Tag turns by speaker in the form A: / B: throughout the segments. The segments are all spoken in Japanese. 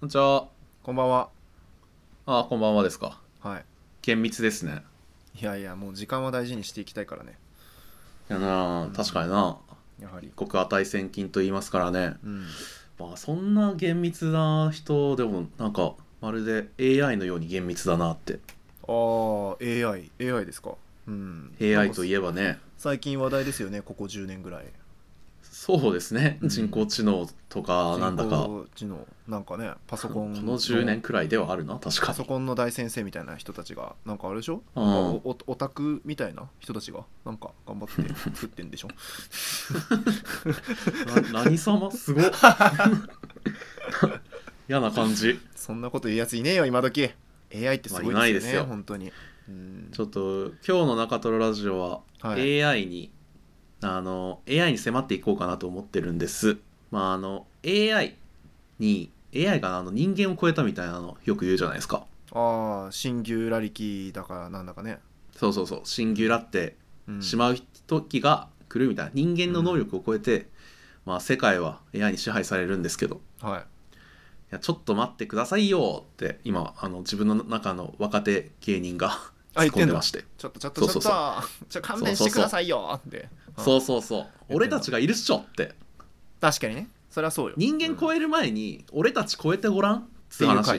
A: こんにちは。
B: こんばんは。
A: あ、こんばんはですか。
B: はい。
A: 厳密ですね。
B: いやいや、もう時間は大事にしていきたいからね。
A: いやなあ、確かにな。
B: やはり。
A: 国値千金と言いますからね。
B: うん。
A: まあ、そんな厳密な人でも、なんか、まるで AI のように厳密だなって。
B: ああ、AI。AI ですか。うん。
A: AI とい
B: え
A: えばね、
B: 最近話題ですよね、ここ10年ぐらい。
A: そうですね。
B: うん
A: 人工知能とか、なんだか、こ
B: 人工知能。なんかね、パソコン。
A: の10年。くらいではあるな、確
B: パ
A: か
B: ソ
A: に。
B: コンの大先生みたいな人たちが、なんかあれでしょ
A: うん
B: なんかおおオタクみたいな人たちが、なんか頑張って作ってんでしょ
A: な何様すご っ。嫌な感じ。
B: そんなこと言うやついねえよ、今時 AI ってすごいですよね、
A: まあいないですよ
B: 本当に。うん
A: ちょっと、今日の中トロラジオは、
B: はい。
A: AI にあの AI に迫っていこうかなと思ってるんです。まああの AI に AI があの人間を超えたみたいなのよく言うじゃないですか。
B: ああ、シンギュラリティだからなんだかね。
A: そうそうそうシンギュラって
B: うん
A: しまう時が来るみたいな人間の能力を超えて、まあ世界は AI に支配されるんですけど。
B: はい
A: やちょっと待ってくださいよって今あの自分の中の若手芸人が突っ込んでまして
B: い。ちょっとちょっと
A: そう
B: ち
A: そ
B: ょっと
A: うそう
B: ちょ勘弁してくださいよって。
A: そううそうそう
B: だ
A: 俺たちがいるっしょって
B: ん確かにね。それはそうよ。
A: 人間超
B: え
A: える前に俺たち超えてごらんって
B: ていう
A: 話
B: 回。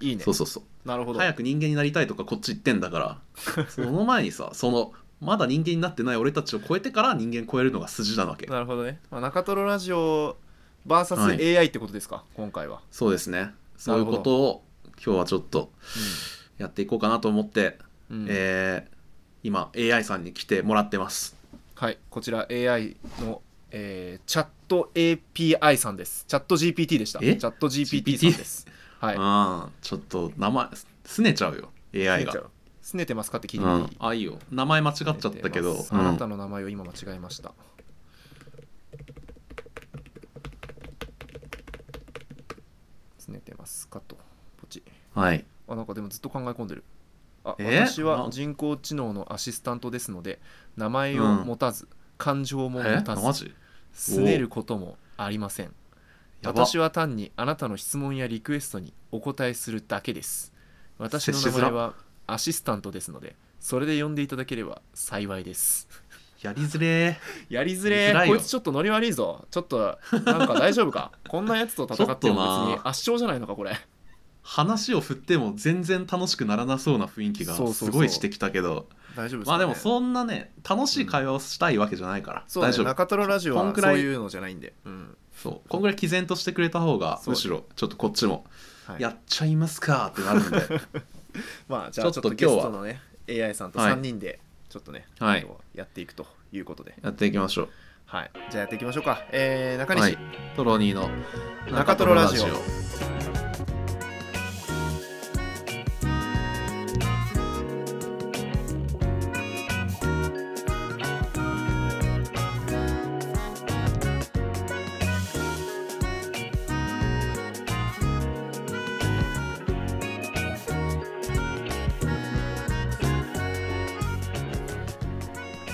B: いいね
A: そう。そうそう
B: なるほど。
A: 早く人間になりたいとかこっち言ってんだから その前にさそのまだ人間になってない俺たちを超えてから人間超えるのが筋なわけ
B: なるほどね。まあ、中トロラジオ VSAI ってことですか、今回は。
A: そうですねそういうことを今日はちょっとやっていこうかなと思って、
B: うんうん
A: えー今 AI さんに来てもらってます
B: はい、こちら AI の、えーチャット API さんです。チャット GPT でした。チ
A: え
B: ャット GPT さんです。はい。
A: あーちょっと名前すねちゃうよ AI が
B: すねてますかって聞いて
A: う
B: み
A: ん、あいいよ名前間違っちゃったけど、
B: あなた
A: うん
B: の名前を今間違えました。つねてますかと。ポチ。
A: はい
B: あ、なんかでもずっと考え込んでる。あ、
A: え
B: 私は
A: な
B: 人工知能のアシスタントですので、名前を
A: うん
B: 持たず、感情も
A: え
B: 持た
A: マ
B: ず、
A: ジ
B: すねることもありません。
A: やば
B: 私は単にあなたの質問やリクエストにお答えするだけです。私の
A: 接
B: 名
A: しづら
B: 前はアシスタントですので、それで呼んでいただければ幸いです。
A: やりづれ
B: やりづ
A: やりづ
B: れ
A: ら
B: ー
A: いよ
B: こいつちょっとノリ悪いぞちょっとなんか大丈夫 かこんなやつと戦っ
A: ち
B: ても
A: ょっとな
B: 別に圧勝じゃないのかこれ
A: 話を振っても全然楽しくならなそうな雰囲気が
B: そうそうそう
A: すごいしてきたけど
B: 大丈夫ですかね、
A: まあでも
B: そう
A: そんなね楽しい会話をしたいわけじゃないから、
B: だ
A: 大
B: ね
A: 丈夫
B: 中トロラジオ
A: こ
B: は
A: んく
B: そ
A: らいう
B: いうのじゃないんで、うん
A: そうこんぐらい毅然としてくれた方が
B: そう
A: むしろちょっとこっちも
B: はい、
A: やっちゃいますかってなるんで
B: まあじ
A: ちょ
B: ゃあちょ
A: っ
B: っ
A: と
B: と
A: 今日
B: ゲ
A: は
B: ストのね AI さんと
A: はい
B: 3人でちょっとね、
A: はい
B: やっていくということで、
A: やっていきましょう
B: はい、じゃあやっていきましょうか、えー、中西、
A: はいトロニーの
B: 中トロラジオ
A: 中ト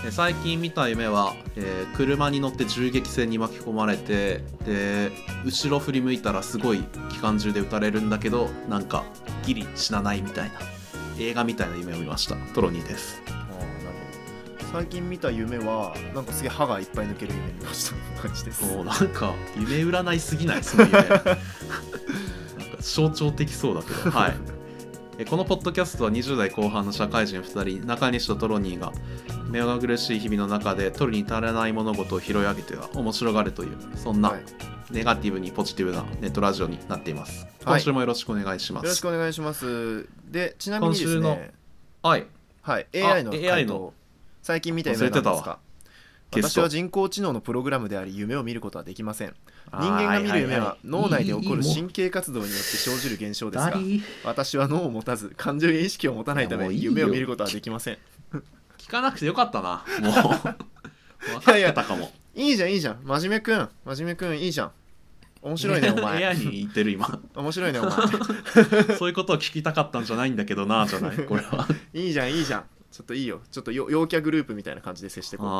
A: え最近見た夢は、えー車に乗って銃撃戦に巻き込まれてで後ろ振り向いたらすごい機関銃で撃たれるんだけどなんかギリ死なないみたいな映画みたいな夢を見ましたトロニーです
B: あーなるほど最近見た夢はなんかすげえ歯がいっぱい抜ける夢見ました 感じです
A: もうなんか夢占いすぎないその夢なんか象徴的そうだけどはいえこのポッドキャストは20代後半の社会人2人中西とトロニーが目まぐるしい日々の中で取るに足らない物事を拾い上げては面白がるというそんな
B: はい、よ
A: ネガティブにポジティブなネットラジオになっています。
B: はい
A: 今週もよろしくお願いしま
B: ろし
A: す。
B: くお願いしますでちなみにです
A: 今週の
B: ね
A: はい、
B: はい、
A: あ
B: AI の
A: AI
B: 回
A: の
B: 答最近見た夢は何ですか
A: ゲス
B: 私
A: ト
B: は人工知能のプログラムであり夢を見ることはできません人間が見る夢は脳内で起こる
A: 動
B: 神経活動によって生じる現象です
A: だ
B: が
A: り
B: 私は脳を持たず感情や意識を持たないた
A: いやも
B: め
A: ういいよ
B: 夢を見ることはできません
A: 聞かなくてよかったな。 もう分かってたかも。
B: いいじゃんいいじゃん真面目くん真面目くんいいじゃん面白い ねお前
A: AI に言ってる 今。
B: 面白いねお前
A: そういうことを聞きたかったんじゃないんだけどなじゃない。これ は。
B: いいじゃんいいじゃんちょっといいよちょっとよ陽キャグループみたいな感じで接してこう
A: あ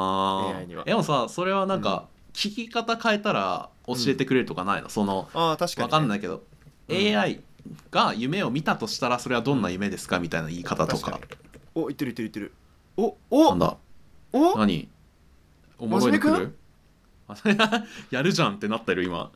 A: ー
B: AI には
A: でもさそれはなんか、聞き方変えたら教えてくれるとかないの、その
B: ああ確かに、
A: 分かんないけど
B: うん
A: AI が夢を見たとしたらそれはどんな夢ですかみたいな言い方とか
B: 確においってるいってるいってるお
A: なん
B: お
A: だ
B: お
A: 何おもろいの
B: 真
A: 来
B: 面目
A: る やるじゃんってなったよ今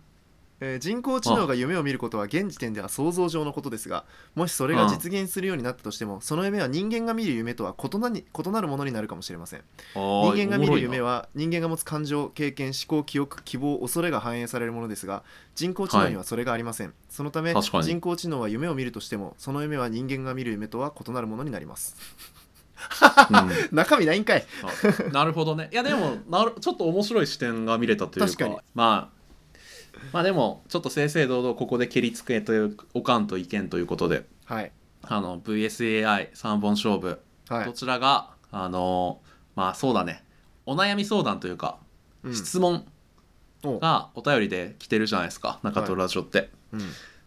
B: えー人工知能が夢を見ることは現時点では想像上のことですがもしそれが実現するようになったとしても、その夢は人間が見る夢とは異なに異なるものになるかもしれません
A: 人
B: 人間が見る夢は人間が持つ感情経験思考記憶希望恐れが反映されるものですが人工知能にはそれがありません、そのため
A: 確かに
B: 人工知能は夢を見るとしてもその夢は人間が見る夢とは異なるものになります 中身ないんかい
A: あなるほどねいやでもなるちょっと面白い視点が見れたというか
B: 確かに
A: まあまあでもちょっと正々堂々ここで蹴りつけというおかんと意見ということで
B: はい
A: あの VSAI3 本勝負、
B: は
A: ど
B: い、
A: ちらがあのまあそうだねお悩み相談というか、
B: うん
A: 質問
B: おう
A: がお便りで来てるじゃないですか中トラジオって、
B: うん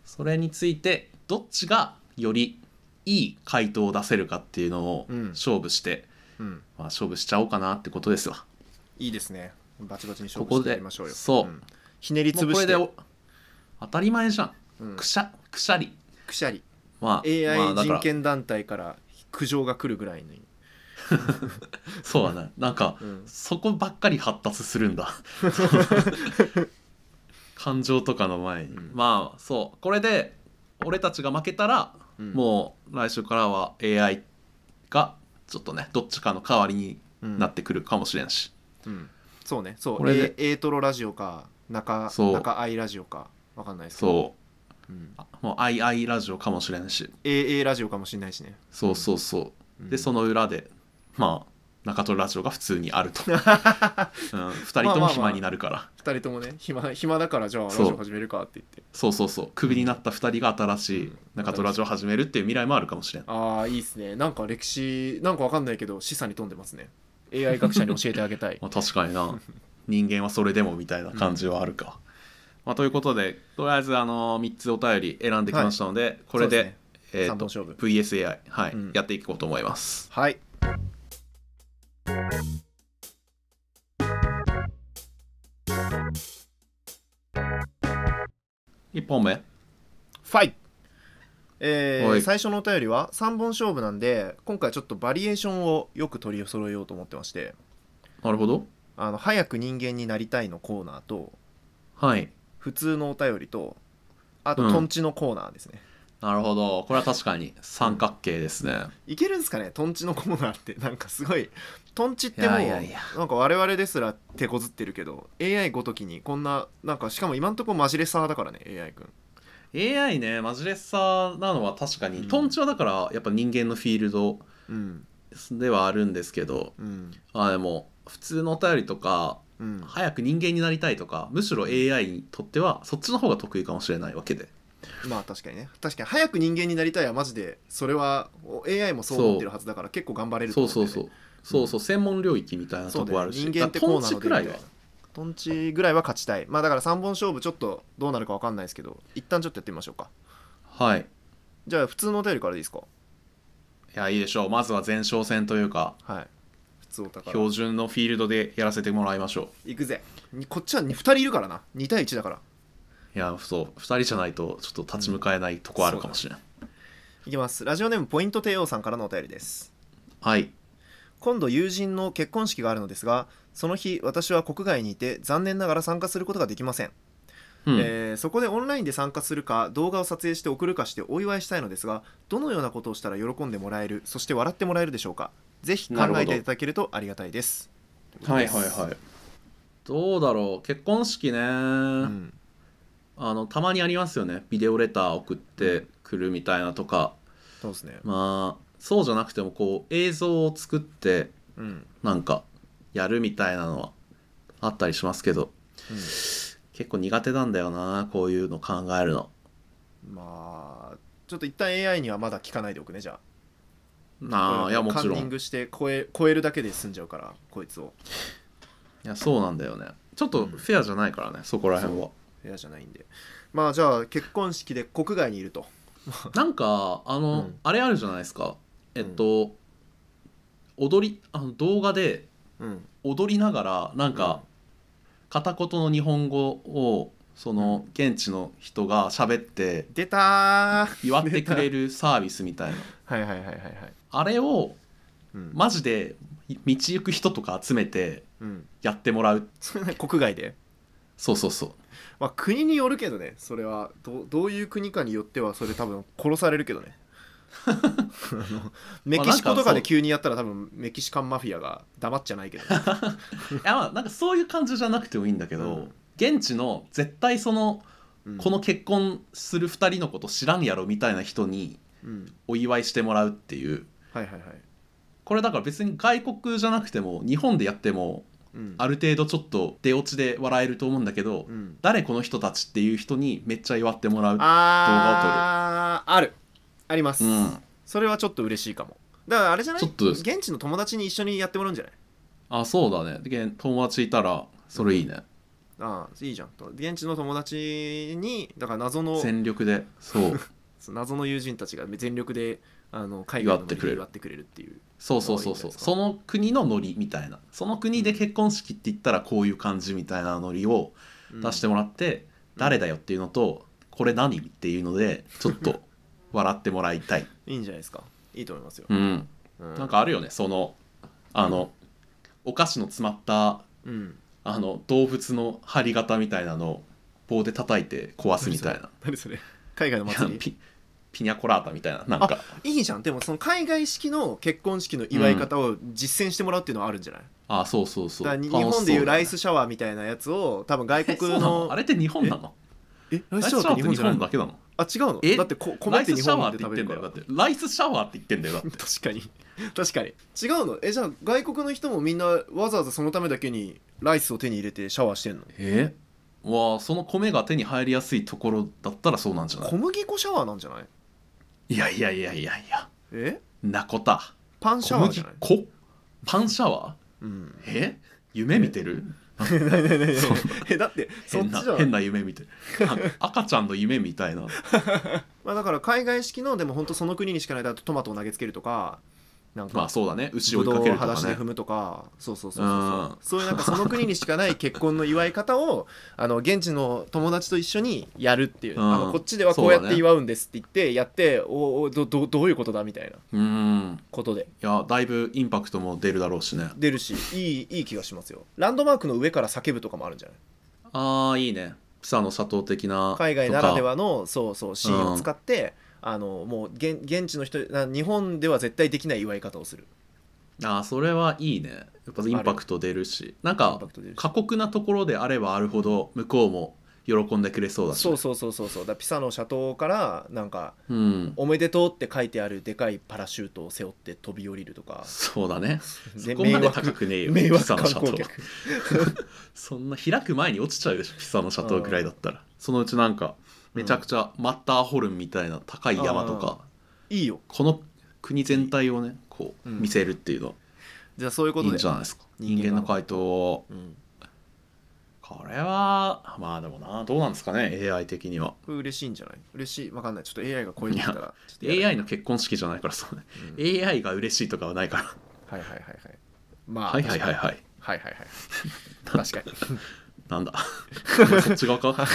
A: それについてどっちがよりいい回答を出せるかっていうのを
B: うん
A: 勝負して、
B: うん、
A: まあ、勝負しちゃおうかなってことですわ
B: いいですねバチバチに勝
A: ここ
B: 負してや
A: で
B: りましょうよ
A: そう、
B: んひねり
A: もう
B: つぶ
A: こ
B: し
A: れ
B: て
A: でお当たり前じゃん、
B: うん
A: くしゃくしゃり
B: くしゃり
A: まあ
B: AI
A: まあ、だから
B: 人権団体から苦情が来るぐらいの
A: そうだねなんか、
B: うん
A: そこばっかり発達する んだ感情とかの前に、
B: うん
A: まあそうこれで俺たちが負けたら、
B: うん
A: もう来週からは AI がちょっとねどっちかの代わりに
B: うん
A: なってくるかもしれんし、
B: うん、そうねそう
A: これで
B: A, A トロラジオか中
A: そう
B: 中 I ラジオかわかんないですけど、
A: そう
B: うん、
A: あもう II ラジオかもしれんし
B: AA ラジオかもしれないしね
A: そうそうそう、でそ
B: の
A: の裏でまあ中トロラジオが普通にある と、うん、2人
B: まあ
A: と
B: ま
A: も
B: あ
A: 暇になるから、
B: 2人ともね暇暇だからじゃあラジ
A: そう
B: オ始めるかって言って
A: そうそうそうクビになった2人が新しい中トロラジオを始めるっていう未来もあるかもしれん
B: ああいいっすねなんか歴史なんかわかんないけど示唆に富んでますね AI 学者に教えてあげたい
A: まあ、確かに な人間はそれでもみたいな感じはあるか、まあ、ということでとりあえずあの3つお便り選んできましたので、 これで
B: そうすね
A: えー
B: 三本
A: と
B: 勝負
A: VSAI、はい
B: うん
A: やっていこうと思います
B: はい
A: 1本目
B: ファイえー
A: はい
B: 最初のお便りは3本勝負なんで今回ちょっとバリエーションをよく取り揃えようと思ってまして
A: なるほど
B: あの早く人間になりたいのコーナーと
A: はい
B: 普通のお便りとあ
A: う
B: と
A: ん
B: とんちのコーナーですね、
A: なるほどこれは確かに三角形ですね、
B: いけるんですかねとんちのコーナーってなんかすごいとんちってもう
A: いやいやいや
B: なんか我々ですら手こずってるけど AI ごときにこんななんかしかも今んとこマジレサーだからね AI 君
A: AI ねマジレッサーなのは確かに、
B: うん
A: トンチはだからやっぱ人間のフィールド
B: うん
A: ではあるんですけど
B: うん
A: あでも普通のお便りとか
B: うん
A: 早く人間になりたいとかむしろ AI にとってはそっちの方が得意かもしれないわけで
B: まあ確かにね確かに早く人間になりたいはマジでそれはお AI もそう思ってるはずだから結構頑張れると
A: そう
B: 思
A: そううそうそうそう専門領域みたいな
B: そ
A: と
B: うだ
A: こ
B: よ
A: あるし
B: 人間って
A: だから
B: こ
A: トン
B: うな
A: チ
B: の
A: く
B: で
A: ら
B: み
A: い
B: たい
A: は
B: なとんちぐらいは勝ちたいまあだから3本勝負ちょっとどうなるか分かんないですけど一旦ちょっとやってみましょうか
A: はいい
B: じゃあ普通のお便りからでいいですか
A: やいいでしょうまずは前哨戦というか
B: はい普通お宝
A: 標準のフィールドでやらせてもらいましょ
B: いくぜにこっちは2人いるからな2対1だから
A: ういやそう2人じゃないとちょっと立ち向かえないとこあるかもしれない、
B: いきますラジオネームポイント帝王さんからのお便りです
A: はい
B: 今度友人の結婚式があるのですがその日私は国外にいて残念ながら参加することができません、
A: うん、
B: えーそこでオンラインで参加するか動画を撮影して送るかしてお祝いしたいのですがどのようなことをしたら喜んでもらえるそして笑ってもらえるでしょうかぜひ考
A: なるほ
B: え
A: ど
B: ていただけるとありがたいです
A: はいはいはいどうだろう結婚式ね、
B: うん
A: あのたまにありますよねビデオレター送ってくるみたいなとか
B: そうですね
A: まあそうじゃなくてもこう映像を作って
B: うん、うん
A: なんかやるみたいなのはあったりしますけど結構苦手なんだよなこういうの考えるの
B: まあちょっと一旦 AI にはまだ聞かないでおくねじゃあ
A: なあいやもちろ
B: カンニン
A: んい
B: グして超え超えるだけで済んじゃうからこいつを
A: やそうなんだよねちょっとフェアじゃないからね、そこら辺は
B: 嫌じゃないんでまあじゃあ結婚式で国外にいると
A: なんかあの、
B: うん
A: あれあるじゃないですかえっと、踊りあの動画で
B: うん
A: 踊りながらなんか片言の日本語をその現地の人が喋って
B: 出たー
A: 祝ってくれるサービスみたいな
B: はいはいはいはいはい、
A: あれを
B: うん
A: マジで道行く人とか集めて
B: うん、
A: やってもらう
B: それね国外で
A: そうそうそう
B: まあ国によるけどねそれはどどういう国かによってはそれ多分殺されるけどね あのメキシコとかで急にやったら多分メキシカンマフィアが黙っちゃないけど
A: いやまあなんかそういう感じじゃなくてもいいんだけど、
B: うん
A: 現地の絶対その
B: うん
A: この結婚する2人のこと知らんやろみたいな人に
B: うん
A: お祝いしてもらうっていう
B: はいはいはい、
A: これだから別に外国じゃなくても日本でやっても
B: うん、
A: ある程度ちょっと出落ちで笑えると思うんだけど、
B: うん、
A: 誰この人たちっていう人にめっちゃ祝ってもらう
B: あーあるあります、
A: うん
B: それはちょっと嬉しいかもだからあれじゃない
A: ちょっとです
B: 現地の友達に一緒にやってもらうんじゃない
A: あそうだねで友達いたらそれいいね、
B: ああいいじゃんと現地の友達にだから謎の
A: 全力でそう
B: 謎の友人たちが全力であの海外のノリで祝ってくれるっていう
A: そうそうそうそう
B: あいいんじゃないですか
A: その国のノリみたいなその国で結婚式って言ったらこういう感じみたいなノリを出して
B: も
A: もらって、誰だよっていうのとこれ何っていうのでちょっと笑ってもらいたい、
B: いいんじゃないですかいいと思いますよ、
A: うん、
B: うん
A: なんかあるよねそのあのお菓子の詰まった
B: うん
A: あの動物の針型みたいなのを棒で叩いて壊すみたいな
B: 何それ海外の
A: いや
B: 祭 り
A: ピピニャコラータみたいななんか
B: いいじゃんでもその海外式の結婚式の祝い方を実践してもらうっていうのはあるんじゃない、
A: あそうそうそう
B: だからに
A: 楽
B: 日
A: しそ
B: 本でいうライ
A: だ
B: スシャワーみたいなやつを多分外
A: ねえそう
B: 国
A: なの
B: の
A: あれって日本なの
B: えラ
A: ラ
B: イ
A: イ
B: ス
A: ス
B: シ
A: シ
B: ャ
A: ャ
B: ワ
A: ワー
B: ー
A: ってて日
B: っ日本じゃない
A: 本
B: の
A: だけなの
B: あ違うの
A: え
B: だってこ米
A: ラ
B: っ
A: イ
B: て
A: ス
B: 日
A: シャ
B: 本
A: ワーっ
B: で
A: て言
B: 食
A: って
B: べる
A: ん
B: か
A: だよ
B: ら
A: だってライスシャワーって言ってんだよだって
B: 確かに 確かに違うのえじゃあ外国の人もみんなわざわざそのためだけにライスを手に入れてシャワーしてんの
A: えわあその米が手に入りやすいところだったらそうなんじゃない
B: 小麦粉シャワーなんじゃない
A: いやいやいやいやいや
B: え
A: なこた
B: パンシャ
A: 小
B: ワーじ
A: 麦
B: ゃない
A: 粉パンシャワ
B: うん
A: ーえ夢見てるそう
B: えだってそっ
A: 変な
B: ちじゃ
A: 変
B: ん、
A: な夢見てるなんか赤ちゃんの夢みた いな
B: まあ、だから海外式のでも本当その国にしかないだとトマトを投げつけるとかなん
A: ま
B: か
A: あそうだね牛を追
B: ぶ
A: い
B: ど
A: か
B: う
A: け
B: を
A: ると
B: 裸
A: か
B: 足で
A: ね
B: 踏むとかそうそうそうそう
A: うん
B: そうそういうなんかその国にしかない結婚の祝い方をあの現地の友達と一緒にやるっていう、
A: うん
B: あのこっちではこうや
A: そ
B: って
A: うだね
B: 祝うんですって言ってやって、おおどどどういうことだみたいな
A: うん
B: ことで
A: いやだいぶインパクトも出るだろうしね
B: 出るしいいいい気がしますよランドマークの上から叫ぶとかもあるんじゃない
A: ああいいね草の砂糖的な
B: 海外ならで
A: とか
B: はのそうそうシーンを使って、あのもう現現地の人な日本では絶対できない祝い方をする
A: ああそれはいいねやっぱインパクト出るしなん
B: イン
A: か
B: パクト出るし
A: 過酷なところであればあるほど向こうも喜んでくれそうだし
B: そうそうそうそうそうだピサの斜塔からなんか
A: う、ん、
B: 「おめでとう」って書いてあるでかいパラシュートを背負って飛び降りるとか
A: そうだねそ
B: で
A: こまで高くねえよ
B: 迷
A: ピ
B: 惑
A: サ
B: 観
A: のシャ
B: 光
A: ト
B: 客
A: ーそんな開く前に落ちちゃうでしょピサのシャトーくらいだったらそのうちなんかめちゃくちゃマッターホルンみたいな高い山とか
B: いいよ
A: この国全体をねこう
B: うん
A: 見せるっていうの
B: じゃあそういうこ
A: い
B: と
A: い
B: で
A: んじゃないですか
B: 人
A: 人
B: 間
A: 間
B: の
A: の回答
B: うん、
A: これはまあでもなどうなんですかね AI 的には
B: これ嬉しいんじゃない嬉しいわかんないちょっと AI がこういうの見たらちょっとやだ
A: AI の結婚式じゃないからそうね
B: うん
A: AI が嬉しいとかはないか
B: はいはいはいはい
A: ら
B: まあ
A: はいはいはい
B: 確か
A: は
B: に
A: い
B: はいはいはい確かに
A: なんだ そっち側か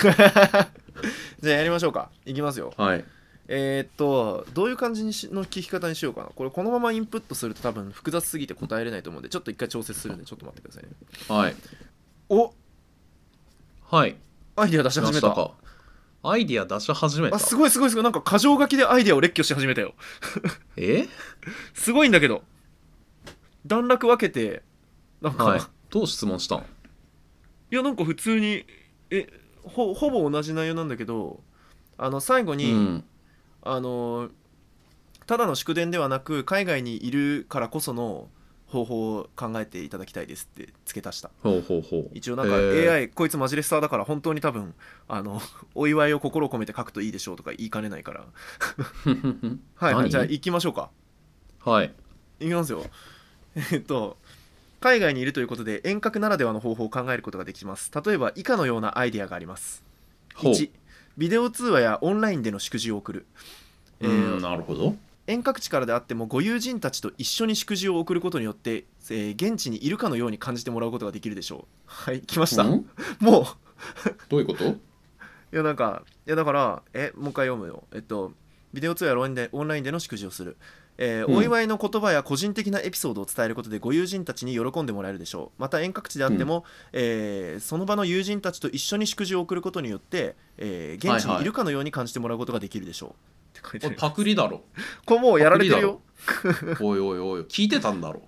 B: じゃあやりましょうかいきますよ
A: はい
B: えーっとどういう感じにしの聞き方にしようかなこれこのままインプットすると多分複雑すぎて答えれないと思うんでちょっと一回調節するんでちょっと待ってくださいね
A: はい
B: お
A: はい
B: アイディア出し
A: 出
B: 始め
A: したたかアイディア出し始めた
B: あすごいすごいすごいなんか箇条書きでアイディアを列挙し始めたよ
A: え
B: すごいんだけど段落分けてなんか、
A: はいい、どう質問したん
B: やなんか普通にえほほぼ同じ内容なんだけどあの最後
A: う
B: に、
A: ん
B: あのただの祝電ではなく海外にいるからこその方法を考えていただきたいですって付け足した
A: ほうほうほう
B: 一応なんか
A: え
B: AI、
A: ー
B: こいつマジレスターだから本当に多分あの お祝いを心を込めて書くといいでしょうとか言いかねないから
A: ふんふんふん
B: はい、はい、
A: 何
B: じゃあ行きましょうか
A: はい
B: 行きますよ えっと海外にいるということで遠隔ならではの方法を考えることができます例えば以下のようなアイデアがあります
A: ほう
B: 1ビデオ通話やオンラインでの祝辞を送る、え
A: う
B: ー
A: んなるほど
B: 遠隔地からであってもご友人たちと一緒に祝辞を送ることによって、えー現地にいるかのように感じてもらうことができるでしょうはい来ました、
A: うん
B: も
A: どういうこと
B: いやなんかいやだからえもう一回読むよえっとビデオ通話やオンラインでオンラインでの祝辞をする、えー
A: うん
B: お祝いの言葉や個人的なエピソードを伝えることでご友人たちに喜んでもらえるでしょうまた遠隔地であっても、えーその場の友人たちと一緒に祝辞を送ることによって、えー現地にいるかのように感じてもらうことができるでしょう、って書
A: こ
B: い
A: れ
B: てある
A: パクリだろ
B: これもうやられてるよ
A: おいおいおい聞いてたんだろ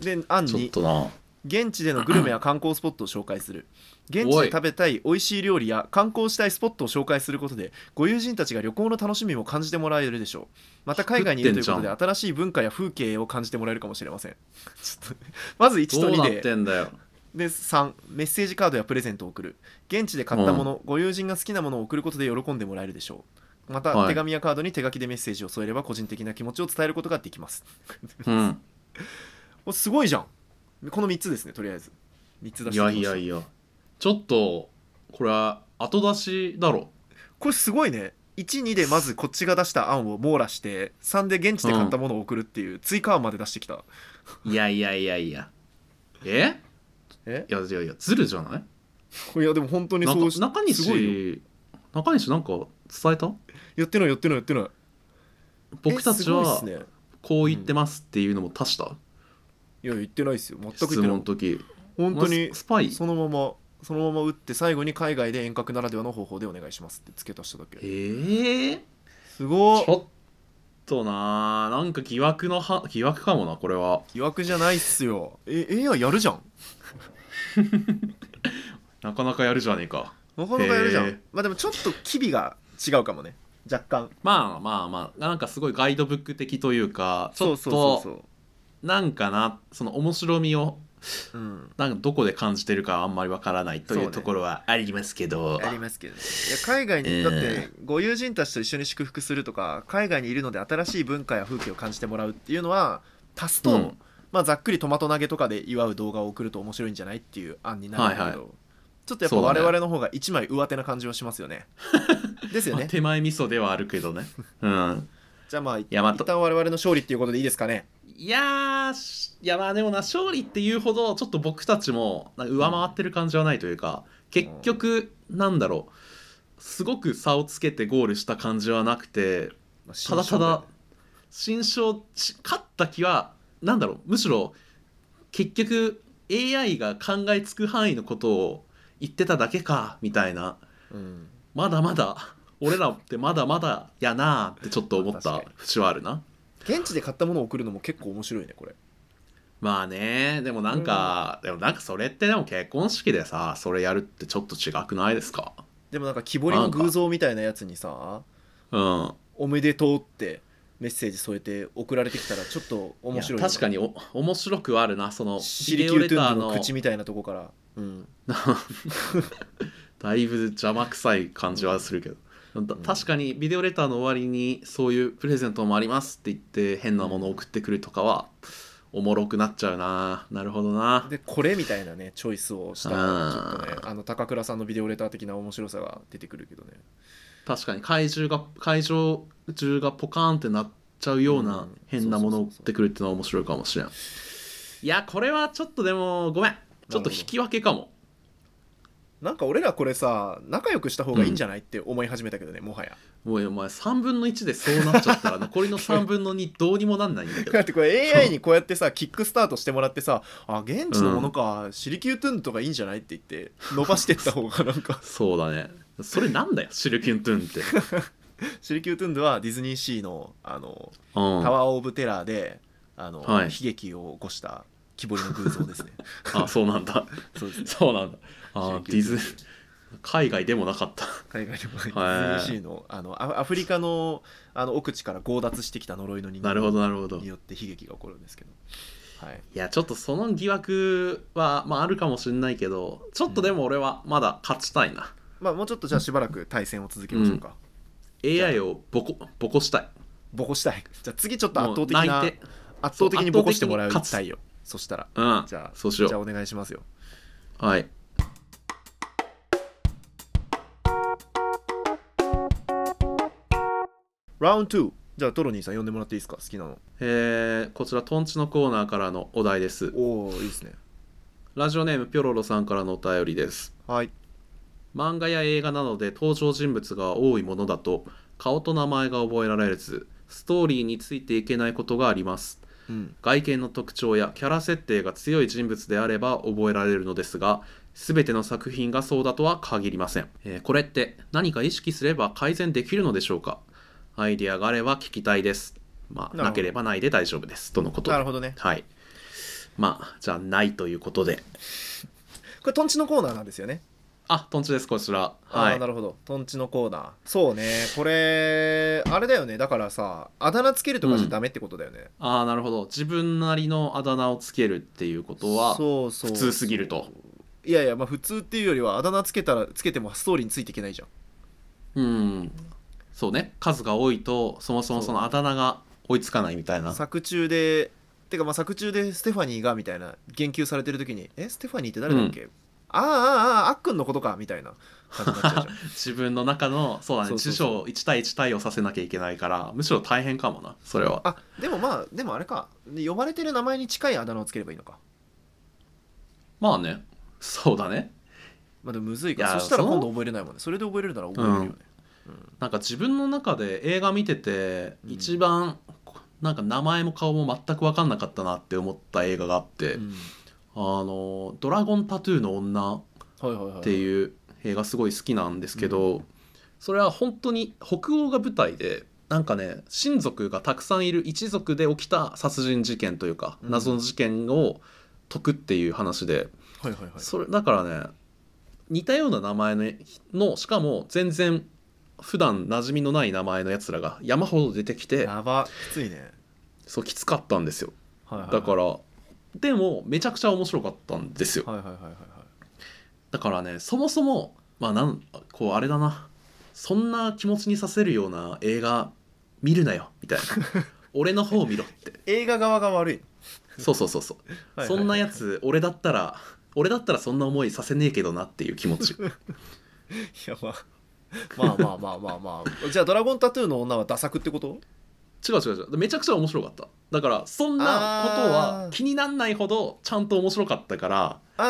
B: で案
A: ちょっ
B: に
A: とな
B: 現地でのグルメや観光スポットを紹介する現地
A: お
B: で
A: い
B: 食べたい美味しい料理や観光したいスポットを紹介することでご友人たちが旅行の楽しみも感じてもらえるでしょうまた海外にいるということで
A: 食っ
B: 新しい文化や風景を感じてもらえるかもしれませんちょっとまず1
A: ど
B: と
A: うなっ
B: 2で
A: てんだよ
B: で3メッセージカードやプレゼントを送る現地で買ったもの、ご友人が好きなものを送ることで喜んでもらえるでしょうまた
A: はい
B: 手紙やカードに手書きでメッセージを添えれば個人的な気持ちを伝えることができます
A: うん
B: おすごいじゃんこの3つですねとりあえず3つ出して
A: い
B: きま
A: や
B: した
A: いやいやちょっとこれは後出しだろ
B: これすごいね12でまずこっちが出した案を網羅して3で現地で買ったものを送るっていう追加案まで出してきた、
A: いやいやいやいやえ
B: え
A: いやいやいやずるじゃない
B: いやでも本当に
A: なん
B: そう
A: か
B: し
A: 中
B: すごいよ
A: 西中西なんか伝えた
B: やってないやってないやってない
A: 僕た
B: え
A: ち
B: すごいっ
A: は
B: すね
A: こう言ってますっていうのも足した、
B: いや言ってないっすよ全く言っ
A: 質
B: てな
A: 問の
B: い
A: 時
B: 本当に
A: お前スパイ
B: そのままそのまま打って最後に海外で遠隔ならではの方法でお願いしますって付け足しただ
A: え
B: け
A: ー、ち
B: すごい
A: ょっとなーなんか疑惑のは疑惑かもなこれは
B: 疑惑じゃないっすよえ AI やるじゃん
A: なかなかやるじゃねえか
B: なかなかやるじゃん、
A: へー
B: まあでもちょっと機微が違うかもね若干
A: まあまあまあなんかすごいガイドブック的というかちょっ
B: そうそう
A: と
B: そう
A: なんかなその面白みを
B: そう、うん、
A: なんかどこで感じてるかあんまりわからないとい
B: そう
A: う
B: ね
A: ところはありますけど、
B: ありますけど、ね、いや海外に、
A: えー
B: だってご友人たちと一緒に祝福するとか海外にいるので新しい文化や風景を感じてもらうっていうのは足すと、
A: うん
B: まあ、ざっくりトマト投げとかで祝う動画を送ると面白いんじゃないっていう案になるんだけど、
A: は
B: ちょっとやっぱ
A: そうだ
B: 我
A: ね
B: 々の方が一枚上手な感じはしますよね。 ですよ
A: まあ
B: ね。
A: 手前味噌ではあるけどねうん
B: じゃあまあ一
A: やまあと
B: 旦我々の勝利っていうことでいいですかね。
A: いやーしいやまあでもな勝利っていうほどちょっと僕たちもなんか上回ってる感じはないというか、結局なんだろうすごく差をつけてゴールした感じはなくて
B: まあ
A: ただただ新勝し勝った気はなんだろうむしろ結局 AI が考えつく範囲のことを言ってただけかみたいな
B: うん、
A: まだまだ俺らってまだまだやなーってちょっと思っ
B: まあ
A: た
B: 確か
A: 節はあるな。
B: 現地で買ったものを送るのも結構面白いねこれ。
A: まあねでもなんか、でもなんかそれってでも結婚式でさそれやるってちょっと違くないですか
B: でもなんか木彫りの偶像みたいなやつにさ
A: うん
B: おめでとうってメッセージ添えて送られてきたらちょっと面白い
A: いや確かにお面白くはあるなその
B: シ
A: ビ
B: リ
A: デ
B: キ
A: オ
B: ュー
A: レ
B: ト
A: タ
B: ゥ
A: ー
B: ンド
A: の
B: の口みたいなとこから、うん、
A: だいぶ邪魔くさい感じはするけど、た
B: うん
A: 確かにビデオレターの終わりにそういうプレゼントもありますって言って変なものを送ってくるとかはおもろくなっちゃうななるほどな
B: でこれみたいなねチョイスをしたら
A: うん
B: ちょっとねあの高倉さんのビデオレター的な面白さが出てくるけどね
A: 確かに怪獣が怪獣中がポカーンってなっちゃうよう
B: う
A: なん変なもの
B: そう
A: を
B: そう
A: 送
B: そう
A: ってくるっていうのは面白いかもしれんいやこれはちょっとでもごめんちょっと引き分けかも
B: なんか俺らこれさ仲良くした方がいいんじゃないって思い始めたけどねもはや
A: もうお前3分の1でそうなっちゃったら残り の3分の2どうにもなんないんだけど
B: だってこれ AI にこうやってさキックスタートしてもらってさあ現地のものか、シリキュートゥンとかいいんじゃないって言って伸ばしてった方がなんか
A: そうだねそれなんだよシルキュントゥンって、うん、
B: シリキュートゥンドはディズニーシーのあのタ
A: あ
B: ワー・オブ・テラーであの、
A: はい
B: 悲劇を起こした木彫りの偶像で すね。
A: そうなんだ
B: そうですね
A: そうなんだあディズ
B: シリキュートゥン
A: 海外でもなかった
B: 海外でもデ
A: はい
B: ィズニーシーのあのアアフリカのあの奥地から強奪してきた呪いの人
A: なる ほどなるほど
B: によって悲劇が起こるんですけど、はい、
A: いやちょっとその疑惑は、まあ、あるかもしれないけどちょっとでも俺はまだ勝ちたいな、
B: まあもうちょっとじゃあしばらく対戦を続けましょうか。
A: AI をボコボコしたい
B: ボコしたい。じゃあ次ちょっと
A: も
B: 圧
A: う
B: 倒的
A: 泣い
B: な
A: て
B: 圧倒的にボコしてもらう
A: 圧倒的に
B: た
A: 勝
B: いよ。そしたら
A: うん
B: じゃあ
A: そうしよ
B: じゃあ
A: う
B: お願いしますよ。
A: はい
B: ラウンド2じゃあトロニーさん呼んでもらっていいですか好きなの。
A: えーこちらトンチのコーナーからのお題です
B: おおいいですね。
A: ラジオネームピョロロさんからのお便りです
B: はい。
A: 漫画や映画などで登場人物が多いものだと顔と名前が覚えられずストーリーについていけないことがあります
B: うん
A: 外見の特徴やキャラ設定が強い人物であれば覚えられるのですが全ての作品がそうだとは限りません、えーこれって何か意識すれば改善できるのでしょうかアイディアがあれば聞きたいですまあ
B: なるほど
A: なければないで大丈夫ですとのことで
B: なるほどね
A: はいまあじゃあないということで
B: これトンチのコーナーなんですよね
A: あとんちですこちら
B: あ
A: は
B: あ
A: い
B: なるほどトンチのコーナーそうねこれあれだよねだからさあだ名つけるとかじゃダメってことだよね、
A: ああなるほど自分なりのあだ名をつけるっていうことは
B: そうそう
A: 普通すぎると
B: いやいやまあ普通っていうよりはあだ名つけたらつけてもストーリーについていけないじゃん
A: うんそうね数が多いとそもそもそのあだ名が追いつかないみたいな
B: 作中でてかまあ作中でステファニーがみたいな言及されてる時に「えステファニーって誰だっけあああああああっくんのことか」みたいな感じになっちゃう じゃん
A: 自分の中のそうだね
B: そうそう
A: 辞
B: そう
A: 書を1対1対応させなきゃいけないからむしろ大変かもなそれは
B: あでもまあでもあれかで呼ばれてる名前に近いあだ名をつければいいのか
A: まあねそうだね
B: まあでもむずい
A: い
B: か
A: や
B: そしたら
A: その
B: 今度覚えれないもんねそれで覚えれるなら覚えれるよね、
A: なんか自分の中で映画見てて
B: うん
A: 一番なんか名前も顔も全く分かんなかったなって思った映画があって
B: うん
A: 「あのドラゴンタトゥーの女」
B: はいはいはい
A: って
B: う
A: いう映画すごい好きなんですけど、それは本当に北欧が舞台でなんかね親族がたくさんいる一族で起きた殺人事件というか
B: うん
A: 謎の事件を解くっていう話で、
B: はいはいはい
A: それだからね似たような名前ののしかも全然普段馴染みのない名前のやつらが山ほど出てきて
B: やばきついね、
A: そうきつかったんですよ
B: はいはいはい、
A: だからでもめちゃくちゃ面白かったんですよ
B: はいはいはいはいはい
A: だからねそもそもまあなんこうあれだなそんな気持ちにさせるような映画見るなよみたい な俺の方見ろって
B: 映画側が悪い,、
A: そうそうそうそう、
B: はいはいはい
A: そんなやつ俺だったら俺だったらそんな思いさせねえけどなっていう気持 ち
B: いやまあまあまあまあまあまあじゃあ「ドラゴンタトゥーの女」はダサくってこと
A: 違う違う違うめちゃくちゃ面白かっただからそんなこと
B: あ
A: は
B: ー
A: 気になんないほどちゃんと面白かったから
B: あ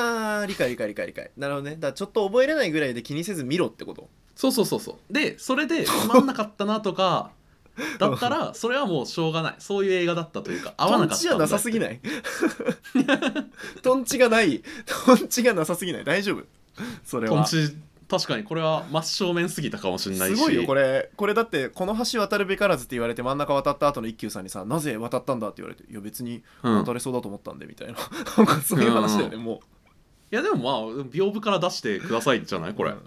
B: ー理解理解理解理解なるほどねだからちょっと覚えれないぐらいで気にせず見ろってこと
A: そうそうそうそうでそれ でつまんなかったなとかだったらそれはもうしょうがないそういう映画だったというか合わなかった
B: トンチはなさすぎ
A: ない
B: ない トンチがないトンチがなさすぎない大丈夫それ
A: トン
B: は
A: チ確かにこれは真正面すぎたかもしれない
B: す
A: し
B: ごいよこれこれだってこの橋渡るべからずって言われて真ん中渡った後の一休さんにさなぜ渡ったんだって言われていや別に
A: うん、い
B: 渡れそうだと思ったんでみたいな なんかそういう話だよねもう
A: やでもまあ屏風から出してくださいじゃないこれ、
B: うん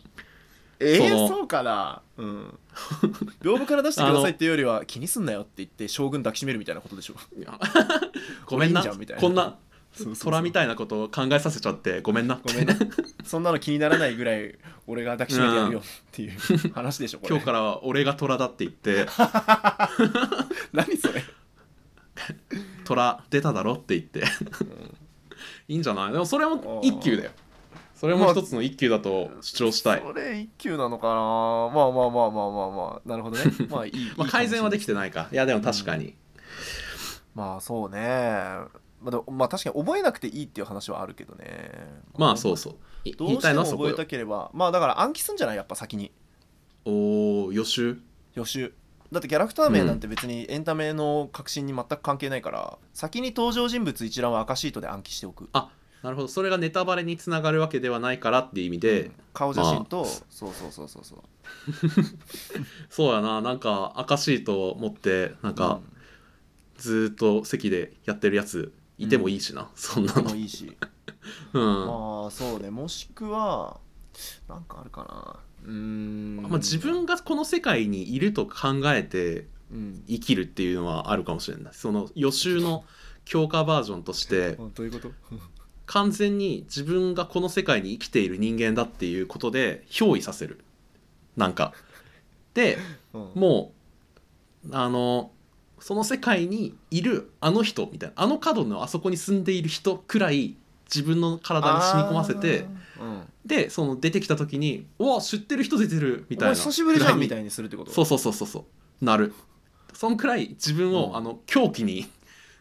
B: えー、
A: そ
B: そ
A: の
B: うかなうん屏風から出してくださいっていうよりは気にすんなよって言って将軍抱きしめるみたいなことで しょ
A: いやごめんな
B: これいいじゃんみたいな
A: こんな
B: そうそうそう
A: 虎みたいなことを考えさせちゃってごめんな
B: ごめんなそんなの気にならないぐらい俺が抱きしめてやるよっていう話でしょ これ
A: 今日からは俺が虎だって言って
B: 何それ
A: 虎出ただろって言っていいんじゃないでもそれも一級だよそれ
B: ま
A: も
B: あ
A: 一つの一級だと主張したい、
B: それ一級なのかなまあまあまあまあまあまあなるほどねまあいい
A: まあ、改善はで
B: き
A: きてないかいやでも確かに、
B: まあそうねまあでもまあ確かに覚えなくていいっていう話はあるけどね
A: まあそうそうい
B: どう
A: 言い
B: したて
A: いの
B: も
A: はそこ
B: 覚え
A: よ
B: たければまあだから暗記すんじゃないやっぱ先に
A: おお予習
B: 予習だってキャラクター名なんて別にエンタメの革新に全く関係ないから、先に登場人物一覧は赤シートで暗記しておく
A: なるほどそれがネタバレにつながるわけではないからっていう意味で、
B: うん顔写真と、
A: まあ
B: そうそうそうそうそう
A: そうやななんか赤シートを持ってなんか
B: うん
A: ずーっと席でやってるやついてもいいしな、そんな
B: でも
A: の
B: いいし
A: うん、ま
B: まあそうねもしくはなんかあるかなうーん
A: あ、自分がこの世界にいると考えて
B: うん
A: 生きるっていうのはあるかもしれないその予習の強化バージョンとして
B: あどういうこと
A: 完全に自分がこの世界に生きている人間だっていうことで憑依させるなんかで
B: うん
A: もうあのその世界にいるあの人みたいなあの角のあそこに住んでいる人くらい自分の体に染み込ませて
B: あーうん
A: でその出てきた時に「うわ知ってる人出てる」み
B: お
A: たいな
B: 前久しぶりじゃんみた
A: い
B: いにするってこと
A: なそうそうそうそうそうなるそんくらい自分を、
B: うん
A: あの狂気に